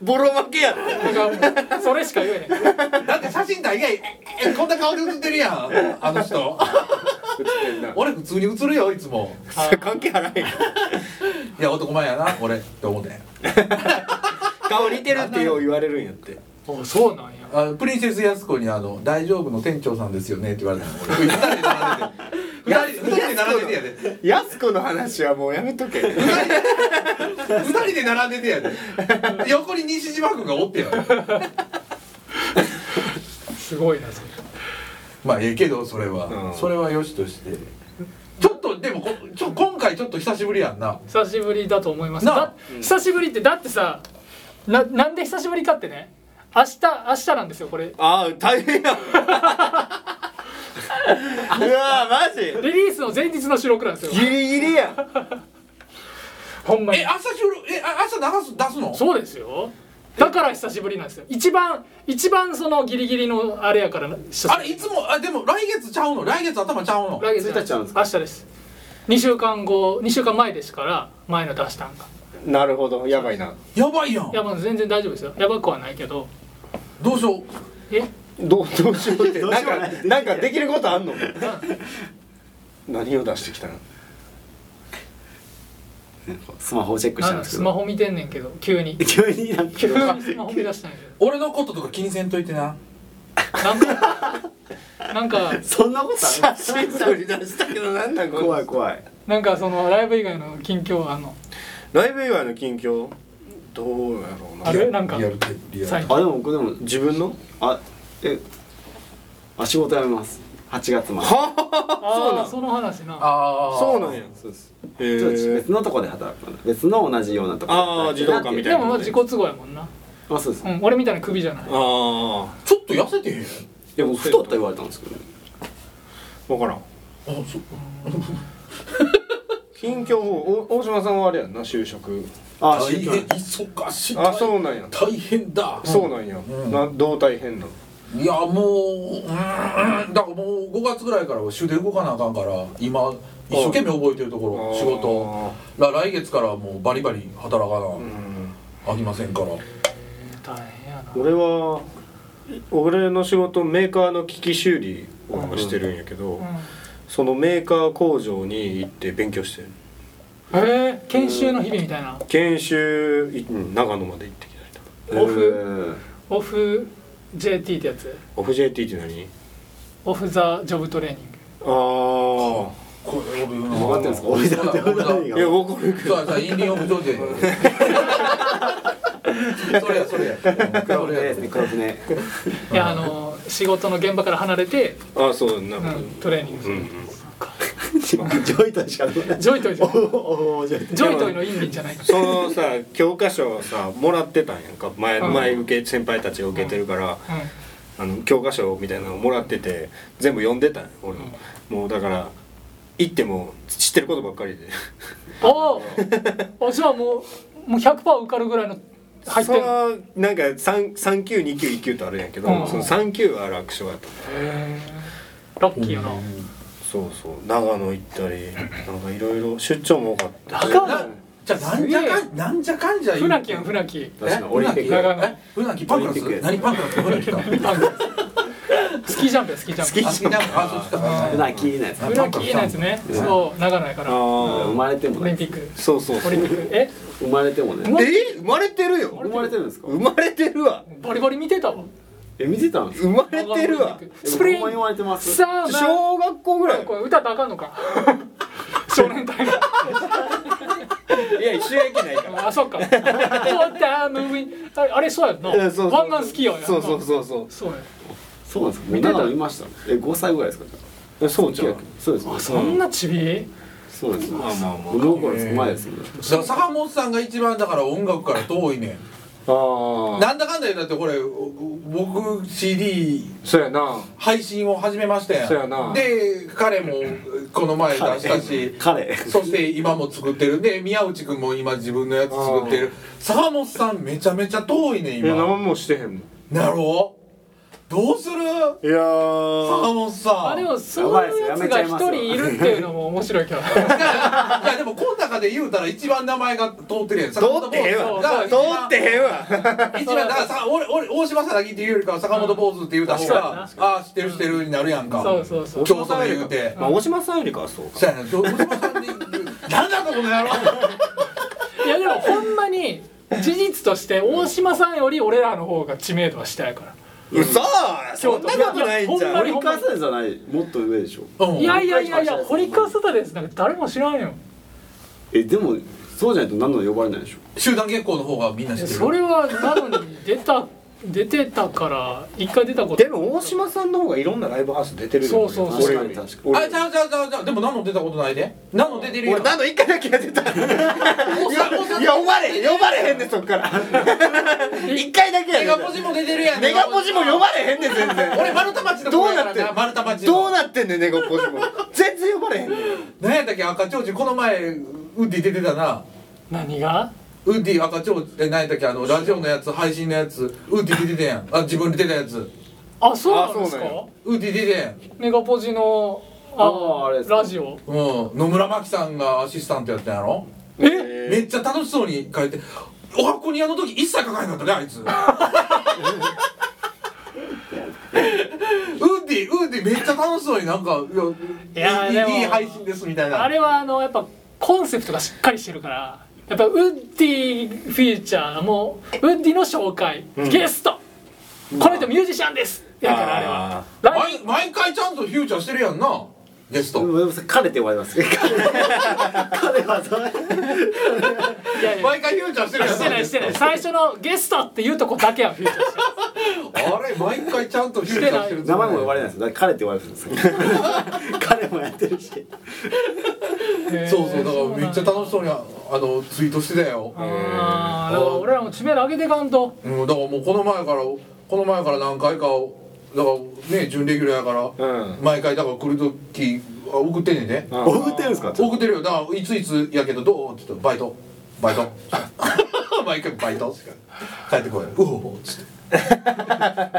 C: ボロ負けやって
D: なんかそれしか言えへん
A: だって写真大概ええこんな顔で写ってるやんあの人
C: 言ってんな
A: 俺普通に写るよいつも
C: それ関係あらへん
A: いや男前やな俺って思って
C: 顔似てるってよう言われるんやって
D: おそうなんや
A: あのプリンセス安子にあの「大丈夫の店長さんですよね」って言われたの俺2人で並んでて2人二人で並んでてやで
C: やす子の話はもうやめとけ
A: 2人で並んでてやで横に西島君がおってや
D: すごいなそれ
A: まあええけどそれは、
C: うん
A: それはよしとしてちょっとでもこちょ今回ちょっと久しぶりやんな
D: 久しぶりだと思います
A: なあ
D: だ久しぶりってだってさななんで久しぶりかってね明日明日なんですよこれ
C: ああ大変 (laughs) やうわマジ
D: リリースの前日の収録なんですよ
C: ギリギリやん
D: ほんまに
A: え朝収録えあ朝流す出すの
D: そうですよだから久しぶりなんですよ一番一番そのギリギリのあれやから
A: あれいつもあでも来月ちゃうの来月頭ちゃうの
D: 来月
B: 1日なんですか
D: 明日です2週間後2週間前ですから前の出したんが
C: なるほどやばいな
A: やばいやん
D: いやまあ全然大丈夫ですよやばくはないけど
A: どうしよう
D: え
C: どう (laughs) どうしようって
B: どう
C: な
B: し
C: ん
B: ようも
C: か
B: ない
C: なんかできることあん (laughs) の何を出してきたの
B: スマホをチェックし
D: な
B: た
D: ん
B: ん
D: か
B: です
D: ス
B: け
D: マ
B: ど
D: ホ見てんねんけど急に
B: 急になんか
D: 急にスマホ見出したんや
A: 俺のこととか気にせんといてな
D: けどなんかなんか
B: そんなことあ
C: 写
B: る
C: 真撮り出したけどなんなんこれ
B: (laughs) 怖い怖い
D: なんかそのライブ以外の近況はあんの
C: ライブ以外の近況どうやろうな
D: あれなんか
A: リアルタイムリアルタイム
D: 最近
B: あでも僕でも
C: 自分の
B: あえあ仕事辞めます8月まで
D: ああその話な
A: ああ
C: そうなんや
B: そうです
C: へ
B: ちょっと
C: え
B: 別のとこで働くかな別の同じようなとこで働いて
C: あー自動化みたいな
D: でもまあ自己都合やもんな、
B: あそうです
D: うん、俺みたいな首じゃない
C: あ
A: ちょっと痩せてへん
B: でも太った言われたんですけどね
C: あ分からん
A: あそ
C: 近況お (laughs) 大島さんはあれやんな就職
B: あ
A: 大
B: 宗教
A: 変忙しい
C: あそうなんや
A: 大変だ
C: そうなんや、などう大変なの
A: いやもううーんだからもう5月ぐらいからは週で動かなあかんから今一生懸命覚えてるところ
C: あー
A: 仕事ら来月からはもうバリバリ働か
C: う
A: なんあきませんから
D: 大変やな
C: 俺は俺の仕事メーカーの機器修理をなんかしてるんやけど、そのメーカー工場に行って勉強してる
D: うん、えー、研修の日々みたいな
C: 研修いうん長野まで行ってきたりとか
D: オフ
B: フ
D: オフ JT ってやつ
C: オフ JT って何
D: オフ・ザ・ジョブトレーニング
C: あ
A: これ分
B: 分かってるんですか俺だって俺だって
C: あいや僕る
A: そうやそうやインディオブジョージ (laughs) ェそれやそれや
B: 黒
A: そ
B: 船
A: れ
B: で
A: や
B: すね黒船
D: いやあの仕事の現場から離れて、
C: あそうな
D: うん
C: か、
D: ん、トレーニングす
C: う
D: る、
C: ん
B: ジョイトしか出ない
D: ジョイトイじゃない
B: おおジョイト
D: ジョイトイの意味じゃない
C: そのさ教科書をさもらってたんやんか前,、
D: うん
C: 前受け先輩たちが受けてるから、
D: う
C: あの教科書みたいなのをもらってて全部読んでたんや俺も、もうだから行っても知ってることばっかりで
D: ん、おーあじゃあもうもう100%受かるぐらいの入っ
C: そ
D: てるへ
C: のなんか三三級二級一級とあるんやけど、
D: うん
C: その三級は楽勝やった
D: えラッキーやな
C: そうそう長野行ったりなんかいろいろ出張も多かったし
D: 長
A: なじゃあなんじゃかんなんじゃかんじゃ
D: 船木やん船木
B: 確かにオリンピック
D: 長野
A: え船木パンクラス
B: オリンピック
A: 何パンクラス船 (laughs) 木か
D: スキージャンプやスキージャンプ
A: あ好きなあそっちか
B: 普段聞いないです
D: 裏切りないですね。そう、長野やか
C: あ
D: ら。
B: 生
C: ー
B: まれても
D: オ
B: な
D: リ
B: い
D: ンピック。
C: そうそうそ
D: オ
C: う
D: リンピック。え、
B: 生まれてもね
D: うわ
C: え生まれてるよ
B: 生まれてるんですか
C: 生まれてるわ
D: バリバリ見てたわ。
C: え
B: え見てたんですか
C: 生まれてるわ
D: スプリン
B: ほんまに言われてます
D: さあな
C: 小学校ぐらい
D: これ歌ったらあかんのか (laughs) 少年隊
C: い
D: が
C: や収益ないから
D: あそっか「ウォータームービー」あれあれそうやんな
C: え (laughs) そうそう
D: 湾岸好きやんな
C: そうそうそうそう
D: そうやん
B: そうなんですか
C: 見てた
B: 女の子いましたえ5歳ぐらいですか
C: えそうじゃん
B: そうです
D: そんなちび
B: そうです
C: まあまあまあ
B: 物心つく前ですね
A: だ坂本さんが一番だから音楽から遠いねん
C: ああ
A: なんだかんだ言うだってこれ僕 CD
C: そうやな
A: 配信を始めましたやん
C: そうやな
A: で彼もこの前出したし
B: 彼
A: そして今も作ってるで宮内君も今自分のやつ作ってる坂本さんめちゃめちゃ遠いねん
C: いや
A: 今
C: 何もしてへんもんい
A: なろうどうする
C: や
A: 坂
C: ー
A: 本さん
D: あでもそういうやつが一人いるっていうのも面白いけ
A: (laughs)
D: ど
A: いやでもこの中で言うたら一番名前が通ってるやん
C: 通ってへんわ
A: 坂本
C: 通
A: 坊主
C: ってへんわ
A: 一番だからさ俺俺大島さだきっていうよりかは坂本坊主って言うた方
D: うん
A: が、ああ知ってる知ってるになるやんか
D: そうそうそう
A: 調査で言うて
C: まあ大島さんよりかはそう
A: そう
C: か
A: やな大島さんに何だこの野郎
D: いやでもほんまに事実として大島さんより俺らの方が知名度は下やから
C: うそそんなことないんじ
D: いや
C: ゃ
D: い
C: ん
D: や
B: 折り返せんじゃないもっと上でしょ
A: うん
D: いやいやいやいや堀川沙汰ですなんか誰も知らんよ
B: えでもそうじゃないと何度も呼ばれないでしょ
A: 集団結構の方がみんな知ってる
D: それはなのに出た出てたから一回出たこと
C: でも大島さんの方がいろんなライブハウス出てるよ
D: そうそうそう
C: 俺より
B: 確かに
C: 俺
A: あちゃうちゃうちゃうちゃうでも何の出たことないで何の出てるよ
C: 俺何の一回だけやってたいやいや呼ばれ呼ばれへんでそっから一回だけや
A: ネ
C: で
A: ガポジも出てるやん
C: ネガポジも呼ばれへんで全然
A: 俺丸太町の
C: ど
A: 子
C: う
A: やか
C: なっ
A: ら
C: て
A: な丸太町の
C: どうなってんねんネガポジも全然呼ばれへんねん
A: 何やったっけ赤ちょうちんこの前ウッディ出てたな
D: 何が
A: ウッディ赤ちょうちんえ何やったっけあのラジオのやつ配信のやつウッディ出てたやんあ自分で出たやつ
D: あそうなんです
C: あそうなん
D: か
C: や
A: ウッディ出てたやん
D: ネガポジの
B: あーあれですか
D: ラジオ
A: うん野村真紀さんがアシスタントやったんやろ
C: え
A: めっちゃ楽しそうに書いておはこにあの時一切書かへんかったねあい
D: (laughs)
A: つウッディウッディめっちゃ楽しそうになんかいや
D: いやーでも
A: いいいい配信ですみたいな
D: あれはあのやっぱコンセプトがしっかりしてるからやっぱウッディフィーチャーもうウッディの紹介、ゲストこの人ミュージシャンですやからあれはライ
A: 毎毎回ちゃんとフューチャーしてるやんなゲス
B: で
A: ト
B: もでも彼って呼ばれます彼はそれ
D: ブいやいや
A: 毎回フューチャーしてるやん
D: してないしてない最初のゲストっていうとこだけはフィーチャーしてる
A: あれ毎回ちゃんとフューチャーしてる
B: 名前も呼ばれないですよだから彼って呼ばれるんですよ (laughs) 彼もやってるし
A: (laughs) そうそうだからめっちゃ楽しそうにああのツイートしてたよ、
D: あーだから俺らも知名度上げていかんと
A: うん、だからもうこの前からこの前から何回かだからね準レギュラーやから、
C: うん
A: 毎回だから来る時あ送ってんねんね、
C: あ
B: 送ってるんですか
A: 送ってるよだからいついつやけどどうって言ったらバイトバイ
C: (laughs)
A: ト毎回バイトって言うから帰ってこい「うお」っつ
C: (laughs)
A: って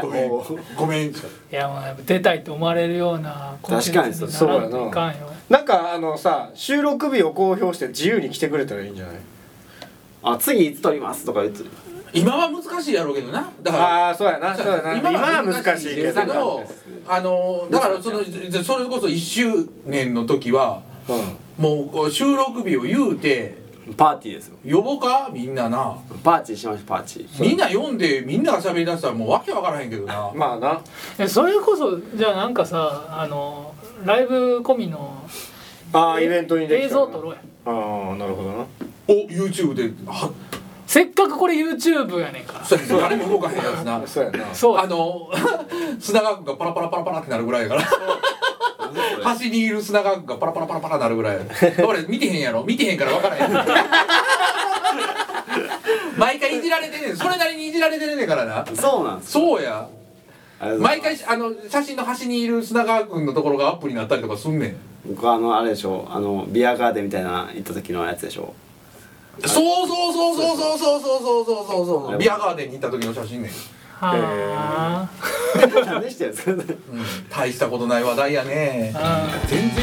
A: 「ごめんごめん」っつって
D: いやもうやっぱ出たいと思われるようなコンテンツ
B: 確かにそう
C: そうやな
D: ならんといかんよ
C: なんかあのさ収録日を公表して自由に来てくれたらいいんじゃない
B: あ次いつ撮りますとか言って
A: 今は難しいやろうけどなだから
C: ああそうや (laughs) なそうやな今は難しいけ
A: け
C: ど
A: どあのだからそのじゃそれこそ1周年の時はもうこう収録日を言うて
B: パーティーですよ
A: 呼ぼうかみんなな
B: パーティーしましょうパーティー
A: みんな読んでみんなが喋りだしたらもうわけわからへんけどな
C: うんまあな
D: えそれこそじゃあなんかさあのライブ込みの
C: ああイベントにできた
D: 映像撮ろうや
C: ああなるほどな
A: お YouTube では
D: せっかくこれ YouTube やねんから
A: そうやね誰も動かへんやつな
C: そうやな
D: そう
A: あの (laughs) 砂川君がパラパラパラパラってなるぐらいやから端にいる砂川君がパラパラパラパラなるぐらい俺見てへんやろ見てへんから分からへん毎回いじられてんねんそれなりにいじられてるねんからな
B: そうなんです
A: そうや
B: ありがとうござい
A: 毎
B: ます
A: 回あの写真の端にいる砂川君のところがアップになったりとかすんねん
B: 僕あのあれでしょあのビアガーデンみたいな行った時のやつでしょ (laughs)
A: そうそうそうそうそうそうそうそうそうそう
B: はい
A: ビアガーデンに行った時の写真ねん、
D: は
B: 何してるんで
A: う
B: すか
A: ん、大したことない話題やね
D: あうん
A: 全然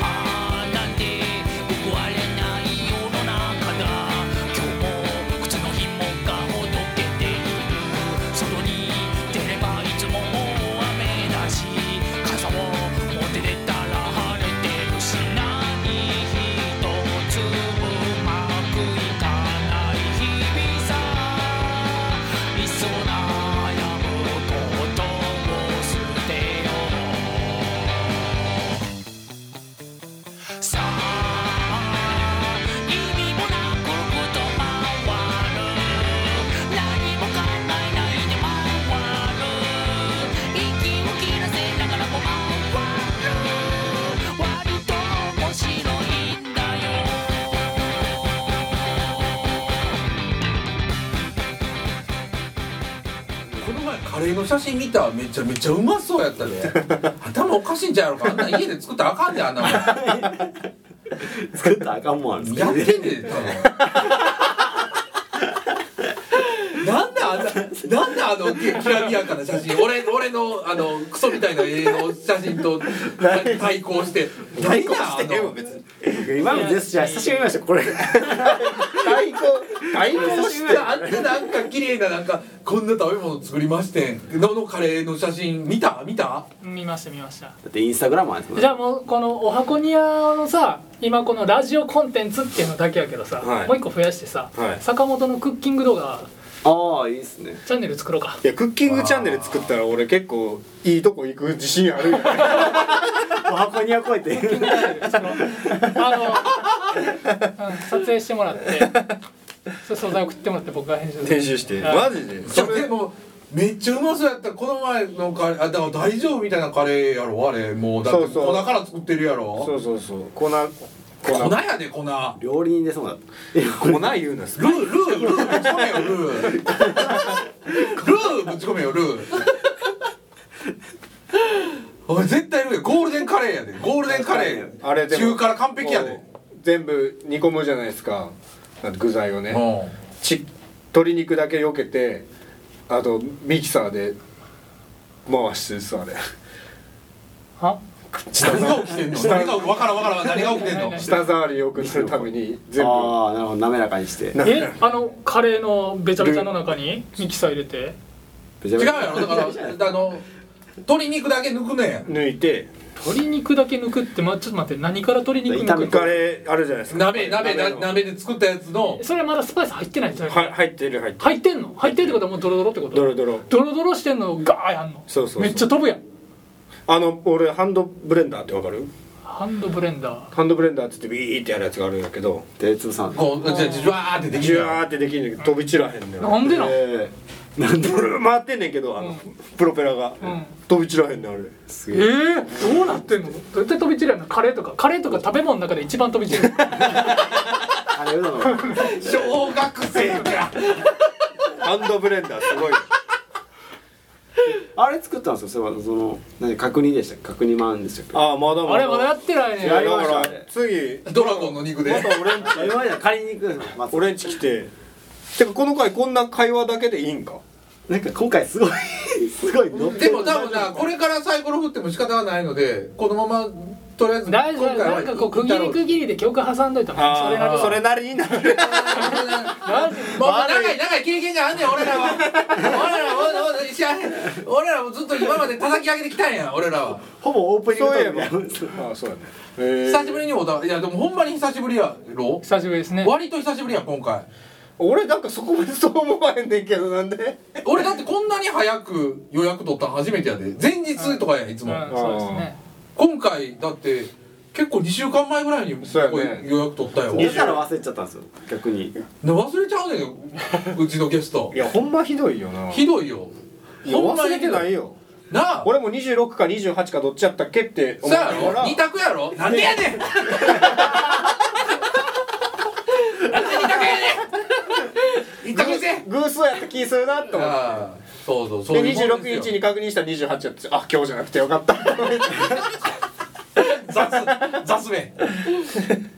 F: ああなんで報われない世の中だ今日も靴の紐がほどけている外に出ればいつも
A: 前カレーの写真見ためちゃめちゃうまそうやったで頭おかしいんちゃうやろかあんなん家で作ったらあかんであんなもん
B: 作ったらあかんもんあるんですけ
A: や
B: ど
A: っ
B: ね
A: てんねん多分なんであんななんであのききらびやかな写真俺俺のあのクソみたいな絵の写真と対抗して
B: 対抗して
A: 何なんあの
B: 別に今のジェスチャー久しぶりましたこれ
C: 対抗対抗
A: そ
C: し
A: して
C: て
A: あんななんか綺麗ななんかこんな食べ物作りましてんののカレーの写真見た見た
D: 見ました見ました
B: だってインスタグラマーですもん
D: じゃあもうこのおはこにゃのさ今このラジオコンテンツっていうのだけやけどさ、
C: はい
D: もう一個増やしてさ、
C: はい
D: 坂本のクッキング動画
B: ああいいですね
D: チャンネル作ろ
C: (laughs)
D: うか
C: いやクッキングチャンネル作ったら俺結構いいとこ行く自信あるよ (laughs) ね
B: お箱には超えて
D: そのあの、うん撮影してもらってそう素材送ってもらって僕が編集する
C: 編集して
D: は
C: マ
D: い
C: ジで
A: いやでもめっちゃうまそうやったこの前のカレーあだから大丈夫みたいなカレーやろあれもうだって
C: そうそう
A: 粉から作ってるやろ
C: そうそうそう粉粉
A: 粉やで粉ルー
B: 料理人でそうだ (laughs)
C: 粉言うな
A: ルールーぶち込めよルールーぶち込めよルーおい絶対ルーやゴールデンカレーやでゴールデンカレー
C: あれでも
A: 中辛完璧やで
C: 全部煮込むじゃないですか具材をね
A: うん
C: ち鶏肉だけ避けてあとミキサーで回してさあれ
D: は
A: 何が起きてんの
C: 下
A: 何が分からん分からん何が起きてんの
C: 舌触り良くするために全部
B: ああなるほど滑らかにして
D: えあのカレーのべちゃべちゃの中にミキサー入れて
B: 違う
A: 違うやろだからあの鶏肉だけ抜くねん
C: 抜いて
D: 鶏肉だけ抜くって、ま、ちょっと待って何から鶏肉
B: 炒め
D: 抜
C: カ
D: く
C: レーあるじゃないですか
A: 鍋鍋な
C: の
A: 鍋で作ったやつの
D: それまだスパイス入ってないんじゃない
C: は入ってる入ってる
D: 入ってんの入ってるってことはもうドロドロってこと
C: ドロドロ
D: ドロドロしてんのをガーやんの
C: そうそうそう
D: めっちゃ飛ぶやん
C: あの俺ハンドブレンダーってわかる
D: ハンドブレンダー
C: ハンドブレンダーっつってビーってやるやつがあるんやけど
B: でつぶさん
A: こうじゃあジュワーってでき
C: ジ
A: る
C: ュ
A: やん
C: ワーってできんねんけど飛び散らへんねん
D: なんでなん、
B: えーなんで
C: ブルー回ってんねんけどあの、
D: うん
C: プロペラが、
D: ん
C: 飛び散らへんねんあれ
B: す
D: え
B: げえ
D: ー、どうなってんの絶対飛び散るやんなカレーとかカレーとか食べ物の中で一番飛び散る
B: あれうどんの
A: 小学生か
C: ハンドブレンダーす
D: (laughs)
C: ごい
B: あれ作ったんですよそれはその何角煮でしたっけ角煮まんでしたっけ
C: ああまだまだ
D: あれまだやってないね
C: いや
B: り
C: だ
B: ま
C: か
B: した
C: ら次
A: ドラゴンの肉で
C: また俺んち
B: 今までは仮に行くまあ
C: 俺んち来ててかこの回こんな会話だけでいいんか
B: なんか今回すごいす (laughs) ごい乗って
A: でも多分なこれからサイコロ振っても仕方がないのでこのままとりあえず
D: 大丈夫
A: は
D: なんかこう区切り区切りで曲挟んどいたもんそれなり
C: あー
D: に
C: それなりになる
D: マジ
A: まあ、まあ長い長い経験があんねん俺らは俺らは俺らは俺らもずっと今まで叩き上げてきたんや俺らは
B: ほぼオープニン
C: そ
B: グ
C: ういえ
B: ト
C: ば
B: ークみたいな
C: ああそうやねえ
A: 久しぶりにおだいやでもほんまに久しぶりやろ
D: 久しぶりですね
A: 割と久しぶりや今回
C: 俺なんかそこまでそう思わへんねんけどなんで
A: 俺だってこんなに早く予約取ったの初めてやで前日とかやいつ
D: うん
A: も、
D: そうですね
A: 今回だって結構2週間前ぐらいに
C: そうやね
A: これ予約取ったよ、
B: だから忘れちゃったんですよ逆に
A: な忘れちゃうねんうちのゲスト
C: いやほんまひどいよな
A: ひどいよ
C: いや忘れてないいよ
A: なあ
C: 俺も26か28かどっちやったっけって
A: そ
C: 思っ
A: や
C: たか
A: ろ
C: ら
A: 二択やろなんでやねんなんで二択やねん
C: (laughs)
A: 二択せえ
C: 偶数やった気するなって思って
A: ああそうそうそう
C: で
A: いうもん
C: 26
A: ですよ
C: 日に確認したら28やってあ今日じゃなくてよかった
A: 雑雑名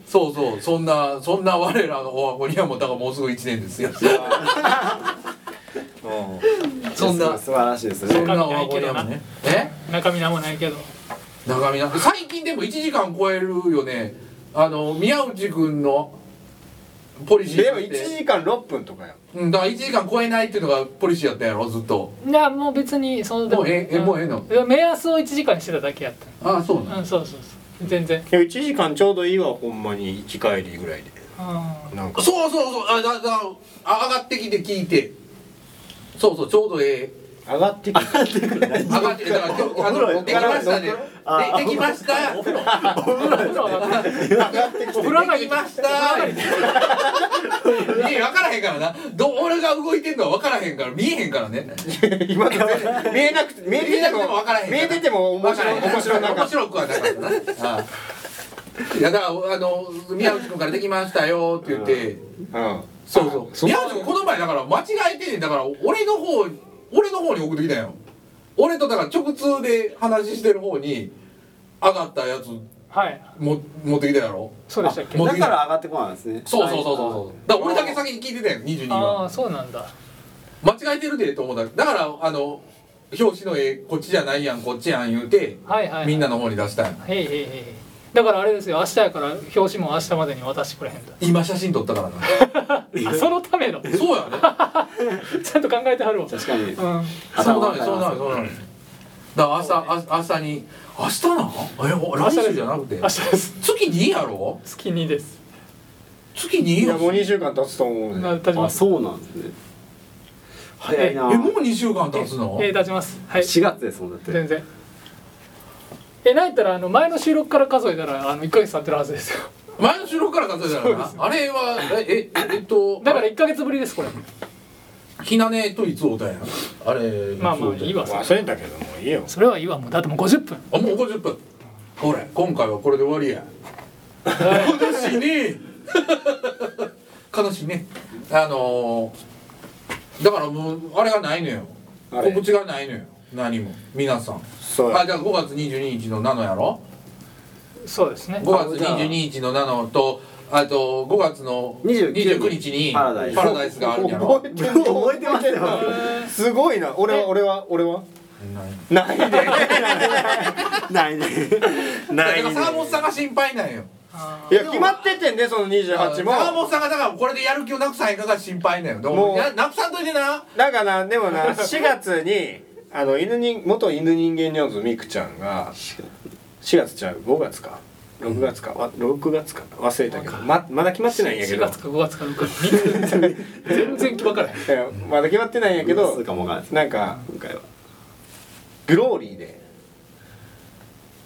A: そうそうそんなそんな我らのおはこにはもうだからもうすぐ一年ですよそんな
B: 素晴らしいです
A: そん
B: ね
A: なおはこにはもねえ
D: 中身なんもないけど
A: 長身な最近でも1時間超えるよねあの宮内君のポリシー
C: でも
A: として
C: 1時間6分とかや
A: うんだから1時間超えないっていうのがポリシーやったんやろずっと
D: いやもう別にその
A: もうええ
D: ん
A: もうええの
D: いや目安を1時間にしてただけやっ
A: ああそうな
D: たうんそうそうそう全然
C: いや1時間ちょうどいいわほんまに行き帰りぐらいで
D: うん
C: なん
A: の
C: か
A: そうそうそうあだだあ上がってきて聞いてそうそうちょうどええ
C: 上がってきて (laughs)
A: 上がってきてだから今日あ
B: お風呂
A: のできましたね
B: あ
A: でできました
D: お風呂上がってお風呂上が
A: で
D: り
A: きましたいや分からへんからなど俺が動いてんのは分からへんから見えへんからね
C: 今の見えなくて見えて
A: 見えな
C: て
A: くても分
C: も
A: からへん
C: 見えてても面白い面白いなん
A: 面
C: か
A: 白くはなかったなああいやだからあの宮内君からできましたよって言って、
C: うん
A: そうそう
C: そんな
A: 宮内君この前だから間違えてんねんだから俺の方俺の方に送ってきたんよ俺とだから直通で話してる方に上がったやつ
D: はい
A: も持ってきたやろ
D: そうでしたっけ
A: もう
B: だから上がってこないんですね
A: そうそうそうそうそうだから俺だけ先に聞いてたよ22
D: あ
A: は
D: あそうなんだ
A: 間違えてるでと思っただからあの表紙の絵こっちじゃないやんこっちやん言うて
D: はいはいはい
A: みんなの方に出したんよ
D: へいへいへいへいだからあれですよ明日やから表紙も明日までに渡してくれへんと
A: 今写真撮ったからな (laughs)
D: あそのための
A: そうやね
D: ちゃんと考えてはるわ
B: 確かに
D: うん
A: そう
B: 頭
A: な
B: を
A: ん
B: 抱え
A: です
B: ます
A: そうなんですそうなんですだから朝、あ朝に明日なのえお
D: 明
A: 来
D: 日です
A: 週じゃなくて
D: 明日です
A: 月にいいやろ
D: 月にです
A: 月にいい
C: い
A: や
C: やもう
A: ろ
C: 2週間経つと思うね
D: な立ちま
B: あ
D: す
B: そうなんですね早いな
A: えもう2週間経つの
D: ええ立ちますはい
B: 4月ですもんだって
D: 全然えなんやったらあの前の収録から数えたらあの1ヶ月経ってるはずですよ
A: 前の収録から数えたらなあれはえええっと
D: だから
A: あれ
D: 1ヶ月ぶりですこれ
A: ひなねといつおうたんやあれ
D: まあまあ
A: いつ会うたん
D: いいわそれ
C: 忘れたけどもういいよ
D: それはいいわもうだってもう50分
A: あもう50分ほら今回はこれで終わりや悲しいね (laughs) 悲しいねあのー、だからもうあれがないのよ
C: あれ
A: 告知がないのよ何も皆さん
C: そう
A: あ
C: や
A: じゃあ5月22日の7やろ
D: そうですね
A: 5月22日の7とあと5月の
B: 29
A: 29日に
B: パラダイス
A: パラダイスがあるんやろ
C: 覚えてる
B: 覚えてますよ
C: すごいな俺
D: え
C: は俺は俺は
A: ない
C: (laughs) ないで
B: ないね
A: だから坂本さんが心配なんよ
D: あ
C: いや決まっててんねその28も
A: 坂本さんがだからこれでやる気をなくさへんかが心配なんよだから
C: もう
A: やなくさんといてな
C: だからでもな4月にあの犬人元犬人間女王ズミクちゃんが4月ちゃう5月か6月かわ6月か忘れたけどままだ決まってないんやけ
D: 4
C: ど
D: 月か5月か6月か全然分からへん
C: いやまだ決まってないんやけど
B: 数かもがですね
C: なんか
B: 今回は
C: グローリーで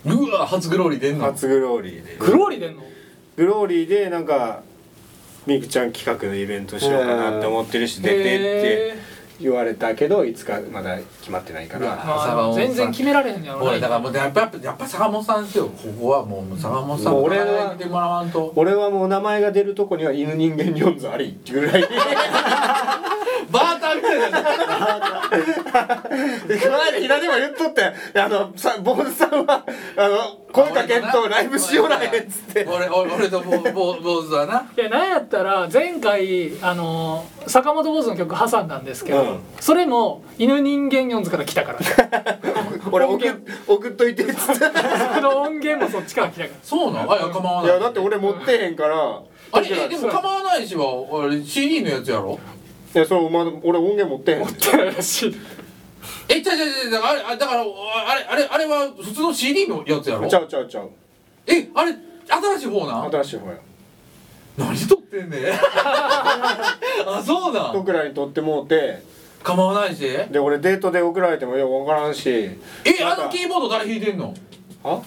A: うわ初グローリー出んの
C: 初グローリーで
D: グローリー出んの
C: グローリーでなんかミクちゃん企画のイベントしようかなって思ってるし出てって
D: へ
C: 言われたけどいつかまだ決まってないか
A: う
D: ー
A: わ
C: ら
D: まあでも全然決められへんやろ
A: ほらだから
D: な
A: もうやっぱやっぱ坂本さんですよここはもう坂本さん
C: もう俺は
A: 働いてもらわんと
C: 俺はもう名前が出るとこには犬人間ジョーンズありってぐらい
A: バーターみたいな
C: 前でひなでも言っとってあのさ坊主さんはあの声かけんとライブしようらへんっつって
A: 俺俺俺と坊坊坊主だない
D: やなんやったら前回あのー坂本坊主の曲挟んだんですけど、
C: うん
D: それも「犬人間四図」から来たから (laughs)
C: 俺送っ送っといてっつって
A: (laughs)
D: その音源もそっちから来たから
A: そうなんあいや構わ
C: い
A: な
C: や
A: い
C: だって俺持ってへんから
A: あれえでも構わないしはあれ CD のやつやろ
C: いやそれお前の俺音源持ってへん
D: 来てないらしい
A: えちゃうちゃうちゃうだからあれあだからあれあれあれは普通の CD のやつやろ
C: ちゃうちゃうちゃう
A: えあれ新しい方なん
C: 新しい方や
A: 何撮ってんねん (laughs) あそうなん
C: 僕らにとってもうて
A: 構わないしえ
C: で俺デートで送られてもよう分からんし
A: あのキーボード誰弾いてんの
C: あ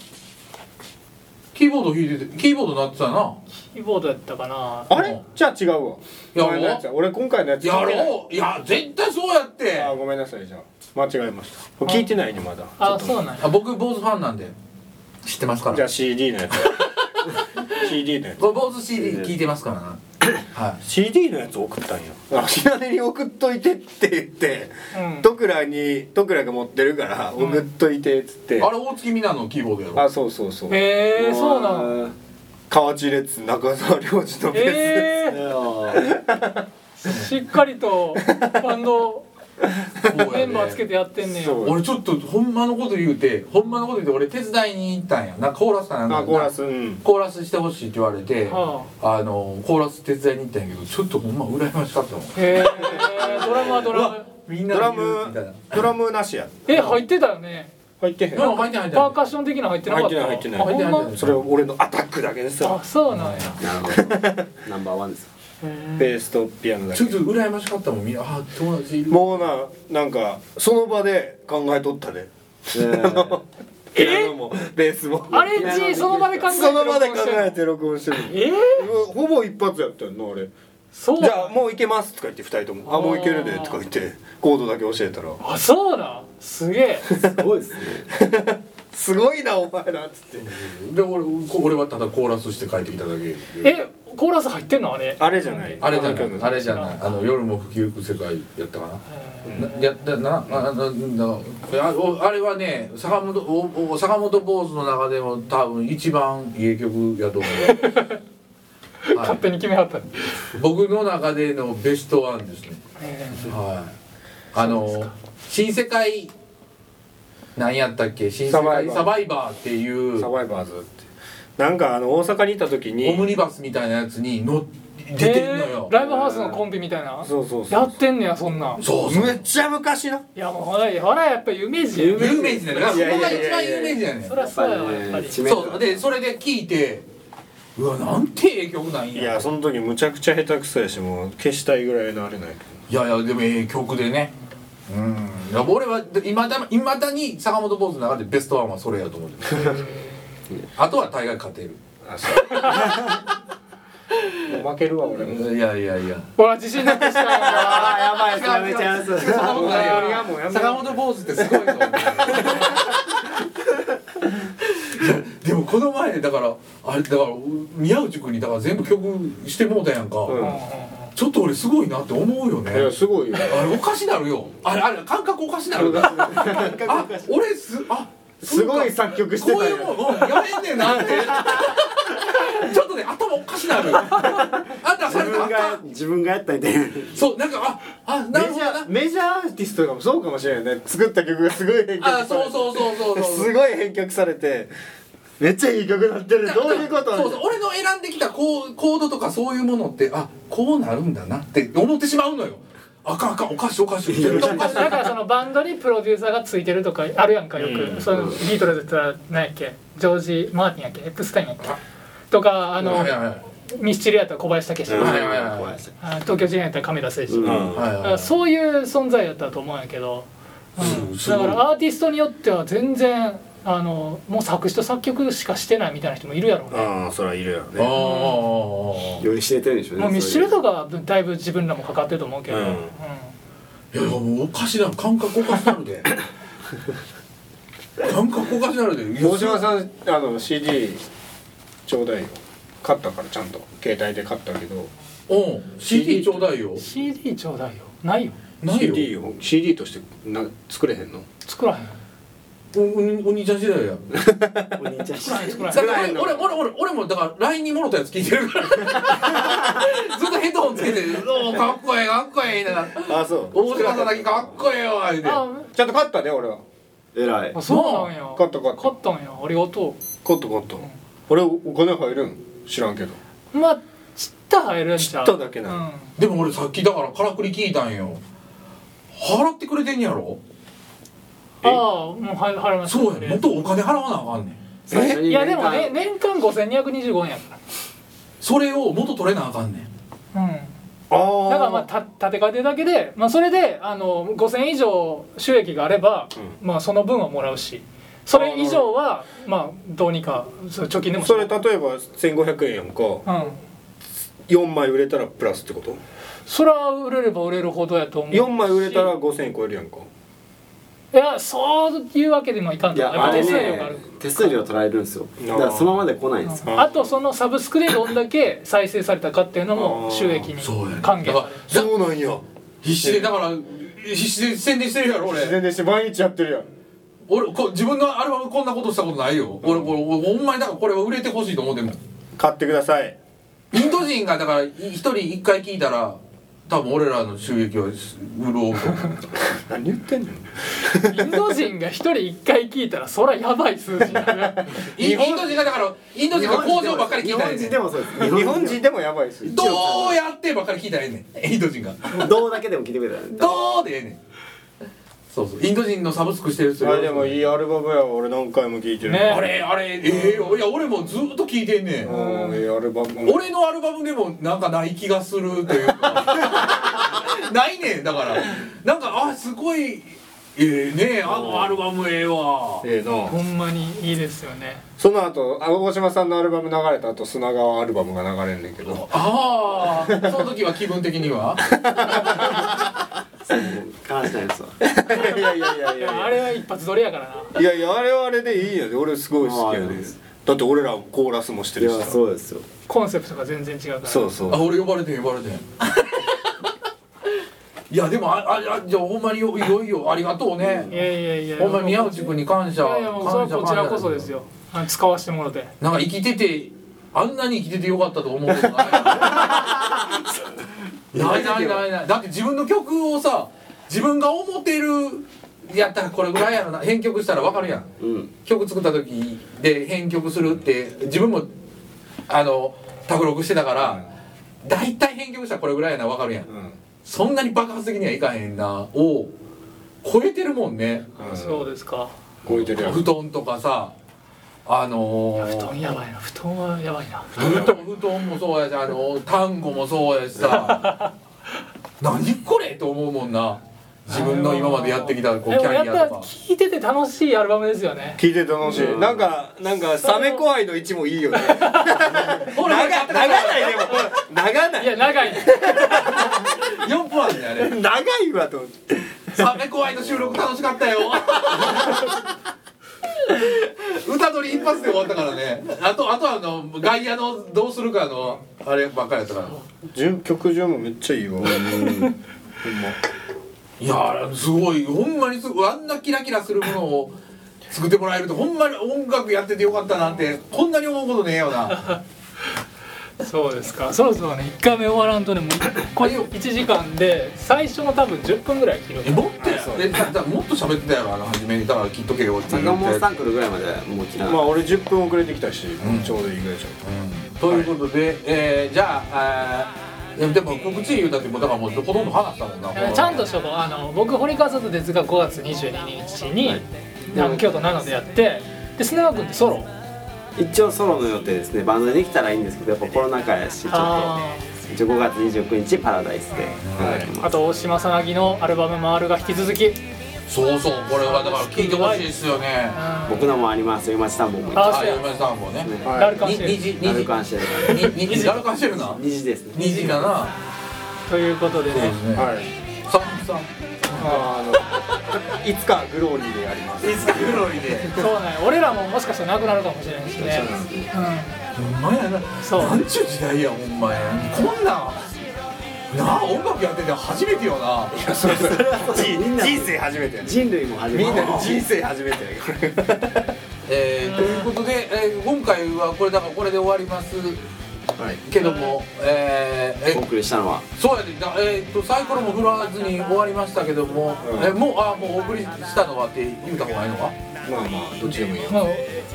A: キーボード弾いててキーボード鳴ってたよな
D: キーボードやったかな
C: あれじゃあ違う
A: や
C: わ
A: ろう
C: 前のやつや俺今回のやつ
A: や
C: 聞いてない
A: ろういや絶対そうやって
C: あごめんなさいじゃあ間違えました聞いてないねまだ
D: あそうなんや
A: あ僕坊主ファンなんで知ってますか
C: じ
A: ら
C: ゃあ CD のやつ CD のや
A: これ坊主 CD 聞いてますからなはい
C: つ CD のやつ送ったんやひなねに送っといてって言って
D: うん
C: 徳良に徳良が持ってるから送っといてっつって
A: あれ大月美奈のキーボードやろ
C: あそうそうそう
D: へえー、そうなん
B: ん
C: 河内列中澤良二のベース
D: え
B: いやー
D: ー、しっかりとバンド
A: そう
D: メ
A: や
D: ンバーつけ
A: で
D: てやってんねや
C: そう
A: 俺ちょっとほんまのこと言うてほんまのこと言うて俺手伝いに行ったんやなコーラスかなんか
C: あ
A: な
C: コーラスうん
A: コーラスしてほしいって言われて、
D: は
A: あのコーラス手伝いに行ったんやけどちょっとほんま羨ましかったもん
D: へえー、ドラムはドラム
A: みんな
C: ドラ
A: で言うみたいな
C: ムドラムなしや
D: え入ってたよね
C: 入ってへん
A: うん入ってない入って
D: パ
A: な
D: ーカッション的なの入ってなか
C: 入っ
D: っ
C: たてない入ってない
D: あほんま
A: 入ってない
C: それ俺のアタックだけですよ
D: あそうなん
B: な
D: や
B: るほどナンバーワンですよ
C: ベースとピアノだ
A: い
C: け
A: ちょっと羨ましかったもんみんなあ友達いる
C: もうななんかその場で考えとったで
B: えー
C: (laughs) ピアノもベースも
D: アレンジその場で考えて
C: その場で考え
D: て
C: て録音してる
D: えー、
C: ほぼ一発やったよな俺
D: そう
C: じゃあもういけますとか言って二人とも「あもういけるで」とか言ってコードだけ教えたら
D: あそうだすげえ
B: すごいですね
C: 「すごいなお前ら」っつって
A: で俺こ俺はただコーラスして帰ってきただけ
D: えコーラス入ってんのあれ
C: あれじゃない
A: あれじゃないあれじゃないあの夜も吹きゆく世界やったかななやだなああのなあおあれはね坂本おお坂本坊主の中でも多分一番いい曲やと思
C: (laughs)
A: う、は
D: 勝手に決めはった
A: い、
D: の
A: 僕の中でのベストワンですねはいあの新世界なんやったっけ新世
C: サバ
A: 界
C: イバー
A: サバイバーっていう
C: サバイバーズってなんかあの大阪にいた時に
A: オムニバスみたいなやつに乗っ出てんのよ
D: えー、ライブハウスのコンビみたいな
C: そうそうそう
D: やってんねやそんなん
A: そうそう
C: むっちゃ昔ない
D: やもうほらほらやっぱ有名人
A: 有名人だよだからそこが一番有名人やねん
D: そりゃそうやわやっぱり
B: 知名度
A: そうでそれで聞いてうわなんてええ曲なんや
C: いやその時むちゃくちゃ下手くそやしもう消したいぐらいのあれない
A: いやいやでもええ曲でねうんいや俺はいまだいまだに坂本坊主の中でベストワンはそれやと
C: (laughs)
A: 思ってるあとは大概勝てる
C: あ (laughs) そう負けるわ俺も
A: いやいやいや
D: ほら自信なくした
B: あ
D: よ
B: やばいそれめちゃやつ
A: 坂本ない
C: いやもう
A: よ
C: やめろ
A: 坂本坊主ってすごいと思ういやでもこの前だからあれだから宮内君にだから全部曲してもうたやんか、ちょっと俺すごいなって思うよね
C: いやすごいよ
A: あれおかしなるよあれあれ感覚おかしなるあ俺すあ
B: すごい作曲して
A: こう
B: た
A: い
B: よ
A: うもんうんやめんねんなってちょっとね頭おかしなるあんたさ
B: 自
A: れたら
B: 分
A: あ
B: が
A: かん
B: 自分がやったみたいな
A: そうなんかああなる
C: メ
A: ほ
C: ジ
A: ど
C: ャ
A: な
C: ーメジャーアーティストとかもそうかもしれないね作った曲がすごい編曲され
A: あ
C: て
A: そうそうそうそうそう
C: すごい編曲されてめっちゃいい曲なってるどういうこと
A: そうそう俺の選んできたコーコードとかそういうものってあこうなるんだなって思ってしまうのよあかんあかんおかしいおかしい絶対おかしい
D: だからそのバンドにプロデューサーがついてるとかあるやんかよく、そのビートルズって言ったら何やっけジョージ・マーティンやっけエップスタインやっけとかあの、
A: はいはいはい
D: ミスチルやったら小林武史、
A: ん
D: あ
A: はいはいはい
D: 東京事変やったら亀田誠司、
B: うん
A: はいはいは
D: あ
A: い
D: そういう存在やったと思うんやけど、うん
A: す
D: だか
A: ごい
D: らアーティストによっては全然あのもう作詞と作曲しかしてないみたいな人もいるやろうね、
C: ああそりゃいるよ
A: あ
C: ね
A: あ
B: より知れてるんでしょうね
D: もうミッシュル
B: そう
D: とかはだいぶ自分らもかかってると思うけど、
C: うん
D: うん
A: いやいやもうおかしな感覚おかしなる (laughs) で感覚おかしなるで
C: 大島さんあの CD ちょうだいよ買ったからちゃんと携帯で買ったけど
A: うん CD ちょうだいよ
D: CD ちょうだいよないよ
A: ないよ
C: CD を CD としてな作れへんの
D: 作らへん
A: おおにお兄ちゃん時代や
B: お兄ちゃん
D: 作らへん作ら
A: だ
D: へ
A: か
D: ん
A: ら俺俺俺俺俺もだから LINE にもろたやつ聞いてるから (laughs) ずっとヘッドホンつけて「おおかっこええかっこええ」言いながら
C: あそ
A: 「大島さんだけかっこええよ」言うて
D: あ
C: ちゃんと買ったね俺は
B: 偉い
D: あそうなんや
C: 買った買った
D: 買ったんやありがと
C: 買った買った俺お金入るん知らんけど
D: うまあちった入るんちゃう
C: ちっただけな
D: う
C: の
D: ん
A: でも俺さっきだからからくり聞いたんよ払ってくれてんやろ
D: ああもう入入りました
A: そうやねもっとお金払わなあかんねん
B: 最初に
D: いやでもね
B: 年間
D: 年間5225円やか
A: それを元取れなあかんねん
D: らうん
C: あ
D: だからまあた立て替えてるだけで、まあ、それであの5,000以上収益があれば、まあ、その分はもらうしそれ以上はまあどうにかそう貯金でも
C: それ
D: う
C: 例えば1500円やんか
D: ん
C: 4枚売れたらプラスってこと
D: それは売れれば売れるほどやと思う
C: 4枚売れたら5000円超えるやんか
D: いやそういうわけでもいかん
B: い
D: とやっぱ
B: やあ
D: 手
B: れ
D: 数料があ
B: ね
D: る
B: 手数料取られるんですよだからそのままで来ないんですよ
D: あとそのサブスクでどんだけ再生されたかっていうのも収益に
A: そうやね
D: 還元
A: だ
D: さ
A: か
D: れる
A: ら
C: うなんや
A: 必死でだから必死で宣伝してるやろ俺
C: 全然して毎日やってるやん
A: 俺こ自分のアルバムこんなことしたことないよ俺これ俺ほんまにだからこれは売れてほしいと思ってんもん
C: 買ってください
A: インド人がだからい一人一回聞いたら多分俺らの収益を潤うと思う
C: 何言ってんの
D: インド人が一人一回聞いたらそりゃやばい数字になる
A: インインド人がだからインド人が工場ばっかり聞いたらええ
B: 日本
A: ねん
B: 人でもそうです
C: 日本人でもやばいですよ
A: どうやってばっかり聞いたらええねんインド人が
B: どうだけでも聞いてくれたらね
A: どうでええねんそうそうインド人のサブスクしてる人
C: あれでも
A: い
C: いいアルバムやわ俺何回も聴いてる
D: ね
A: あれあれええよいや俺もずっと聞いてんねん
C: うんいいアルバム
A: 俺のアルバムでもなんかない気がするという (laughs) かないねんだからなんかあすごいええねえあのアルバムええわ
C: ええな
D: ほんまにいいですよね
C: その後あ大島さんのアルバム流れた後砂川アルバムが流れんねんけど
A: ああその時は気分的には
B: 感謝ないですわ
C: いやいやいやい
D: いやあれは一発撮りやからな
C: やいやあれはあれでいいやで俺すごい好きや
B: あーあり
C: で
B: ます
C: だって俺らコーラスもして
B: い
C: るし
B: や
C: さ
B: そうですよ
D: コンセプトが全然違うから
C: そうそう
A: あ俺呼ばれてん呼ばれてん (laughs) いやでもあああじゃあほんまによいよいよありがとう
D: い
A: ね
D: やいやいや
A: ほんま宮内君に感謝
D: いやいやもうそれは
A: 感謝
D: こちらこそですよあの使わせてもらって
A: なんか生きててあんなに生きててよかったと思うことないないないないないだって自分の曲をさ自分が思ってるやったらこれぐらいやろな編曲したらわかるやん
B: うん
A: 曲作った時で編曲するって自分もあの卓録してたから大体編曲したらこれぐらいやなわかるやん
C: うん
A: そんなに爆発的にはいかへんなを超えてるもんね
C: うん
D: そうですか
C: 動いてるやん
A: 布団とかさあのー
D: 布団やばいな布団はやばいな
A: 布団布団もそうやしあの単語もそうやしさ
C: (laughs)
A: 何これと思うもんな自分の今までやってきたこう
D: で
A: キ
D: もや
A: ャ
D: っ
A: リア
D: ぱ
A: とか
D: 聴いてて楽しいアルバムですよね
C: 聞いてて楽しいなんかなんかサメ怖いの位置もいいよね
A: ほ
C: 長
A: ら
C: い長ないでも長ない
D: いや長い
A: 4分あるねあれ
C: 長いわと思って
A: (laughs) サメ怖いの収録楽しか
C: (laughs)
A: ったよ歌取り一発で終わったからねあとあとあの外野のどうするかのあればっかりやったから
C: 順曲順もめっちゃいいわほんま
A: いやーすごいほんまにすごいあんなキラキラするものを作ってもらえるとほんまに音楽やっててよかったなんてこんなに思うことねえよな
D: そうですかそろそろね1回目終わらんとねもうこれ1時間で最初の多分10分ぐらい切る
A: えもっとやえだだもっと喋ってたやろあの初めにだから切っとけよって言って
B: 坂本サンクルぐらいまでもう来な
C: まあ
B: が
C: 俺10分遅れてきたし、ちょうどいいぐらいじ
A: うんということで、えーじゃああーでも告知言うたってもうだからもうほとんど話したもんな
D: えーちゃんとしとこうあの僕堀川さんと哲が5月22日に、あの京都7でやってで砂川君ってソロ
B: 一応ソロの予定ですねバンドできたらいいんですけどやっぱコロナ禍やしちょっと
D: あ
B: 一応5月29日パラダイスで働き
D: あ
B: ます
D: と大島さなぎのアルバム「回る」が引き続き、うん、
A: そうそうこれはだから聞いてほしいですよね
D: あ
B: 僕のもありますよ今地さんももう
D: あ
A: あ嫁さんもね
B: ね
C: ゃん、
D: 誰か
A: に
D: もしれない
A: 二時
B: な
A: 二
B: る
A: 時
B: かんしてるから
A: にに誰かしてるな
B: 2時ですね
A: 二時かな
D: ということで
A: ね
D: ね、
C: はい、はい、
A: さんさん
C: あのいつかグローリーでやります
A: いつかグロリで
D: そうね俺らももしかしたらなくなるかもしれないしね
A: ほんまやな
D: そう
A: なんちゅう時代やほんまやこんなんなあ音楽やってて初めてよな
C: 人生初めてやね
B: 人類も始
C: み
B: ま
C: ん
B: る
C: な人生初めてやねこ
A: えーということで、えー今回はこれだからこれで終わります
C: れはい
A: けどもえーえ
B: お送りしたのは
A: そうやで、だえー、とサイコロも振らずに終わりましたけども、えもうあもうお送りしたのはって言うた方がいいのか
C: まあまあどっちでもいいよ
D: もう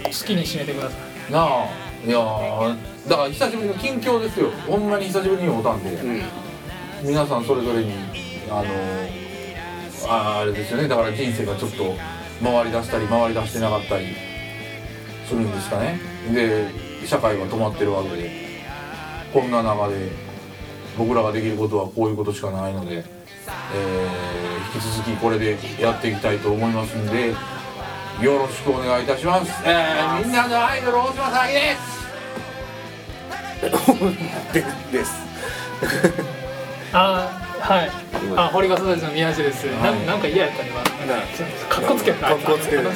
D: 好きに締めてください
A: なあいやーだから久しぶりの近況ですよほんまに久しぶりにおたんで、
C: うん
A: 皆さんそれぞれにあのああれですよねだから人生がちょっと回り出したり回り出してなかったりするんですかねで社会は止まってるわけでこんな中で僕らができることはこういうことしかないので、えー引き続きこれでやっていきたいと思いますんでよろしくお願いいたします、えーみんなのアイドル大島さぎです
C: です
D: あーはいあ堀川育ちの宮地です、な
A: はい
D: なんか嫌やったね今
C: な
D: かっこつけた
C: かっこつける
A: かっ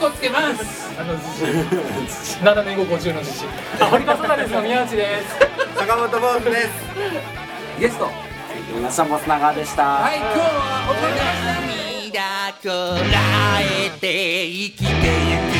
A: こつけます
D: あの7年後50の自 (laughs) 信あ堀川さんですの宮内です
C: 坂本坊主です
A: ゲスト
B: 皆さんも砂川でした
A: はい今日はお疲れ様でした
F: 涙こらえて生きてゆく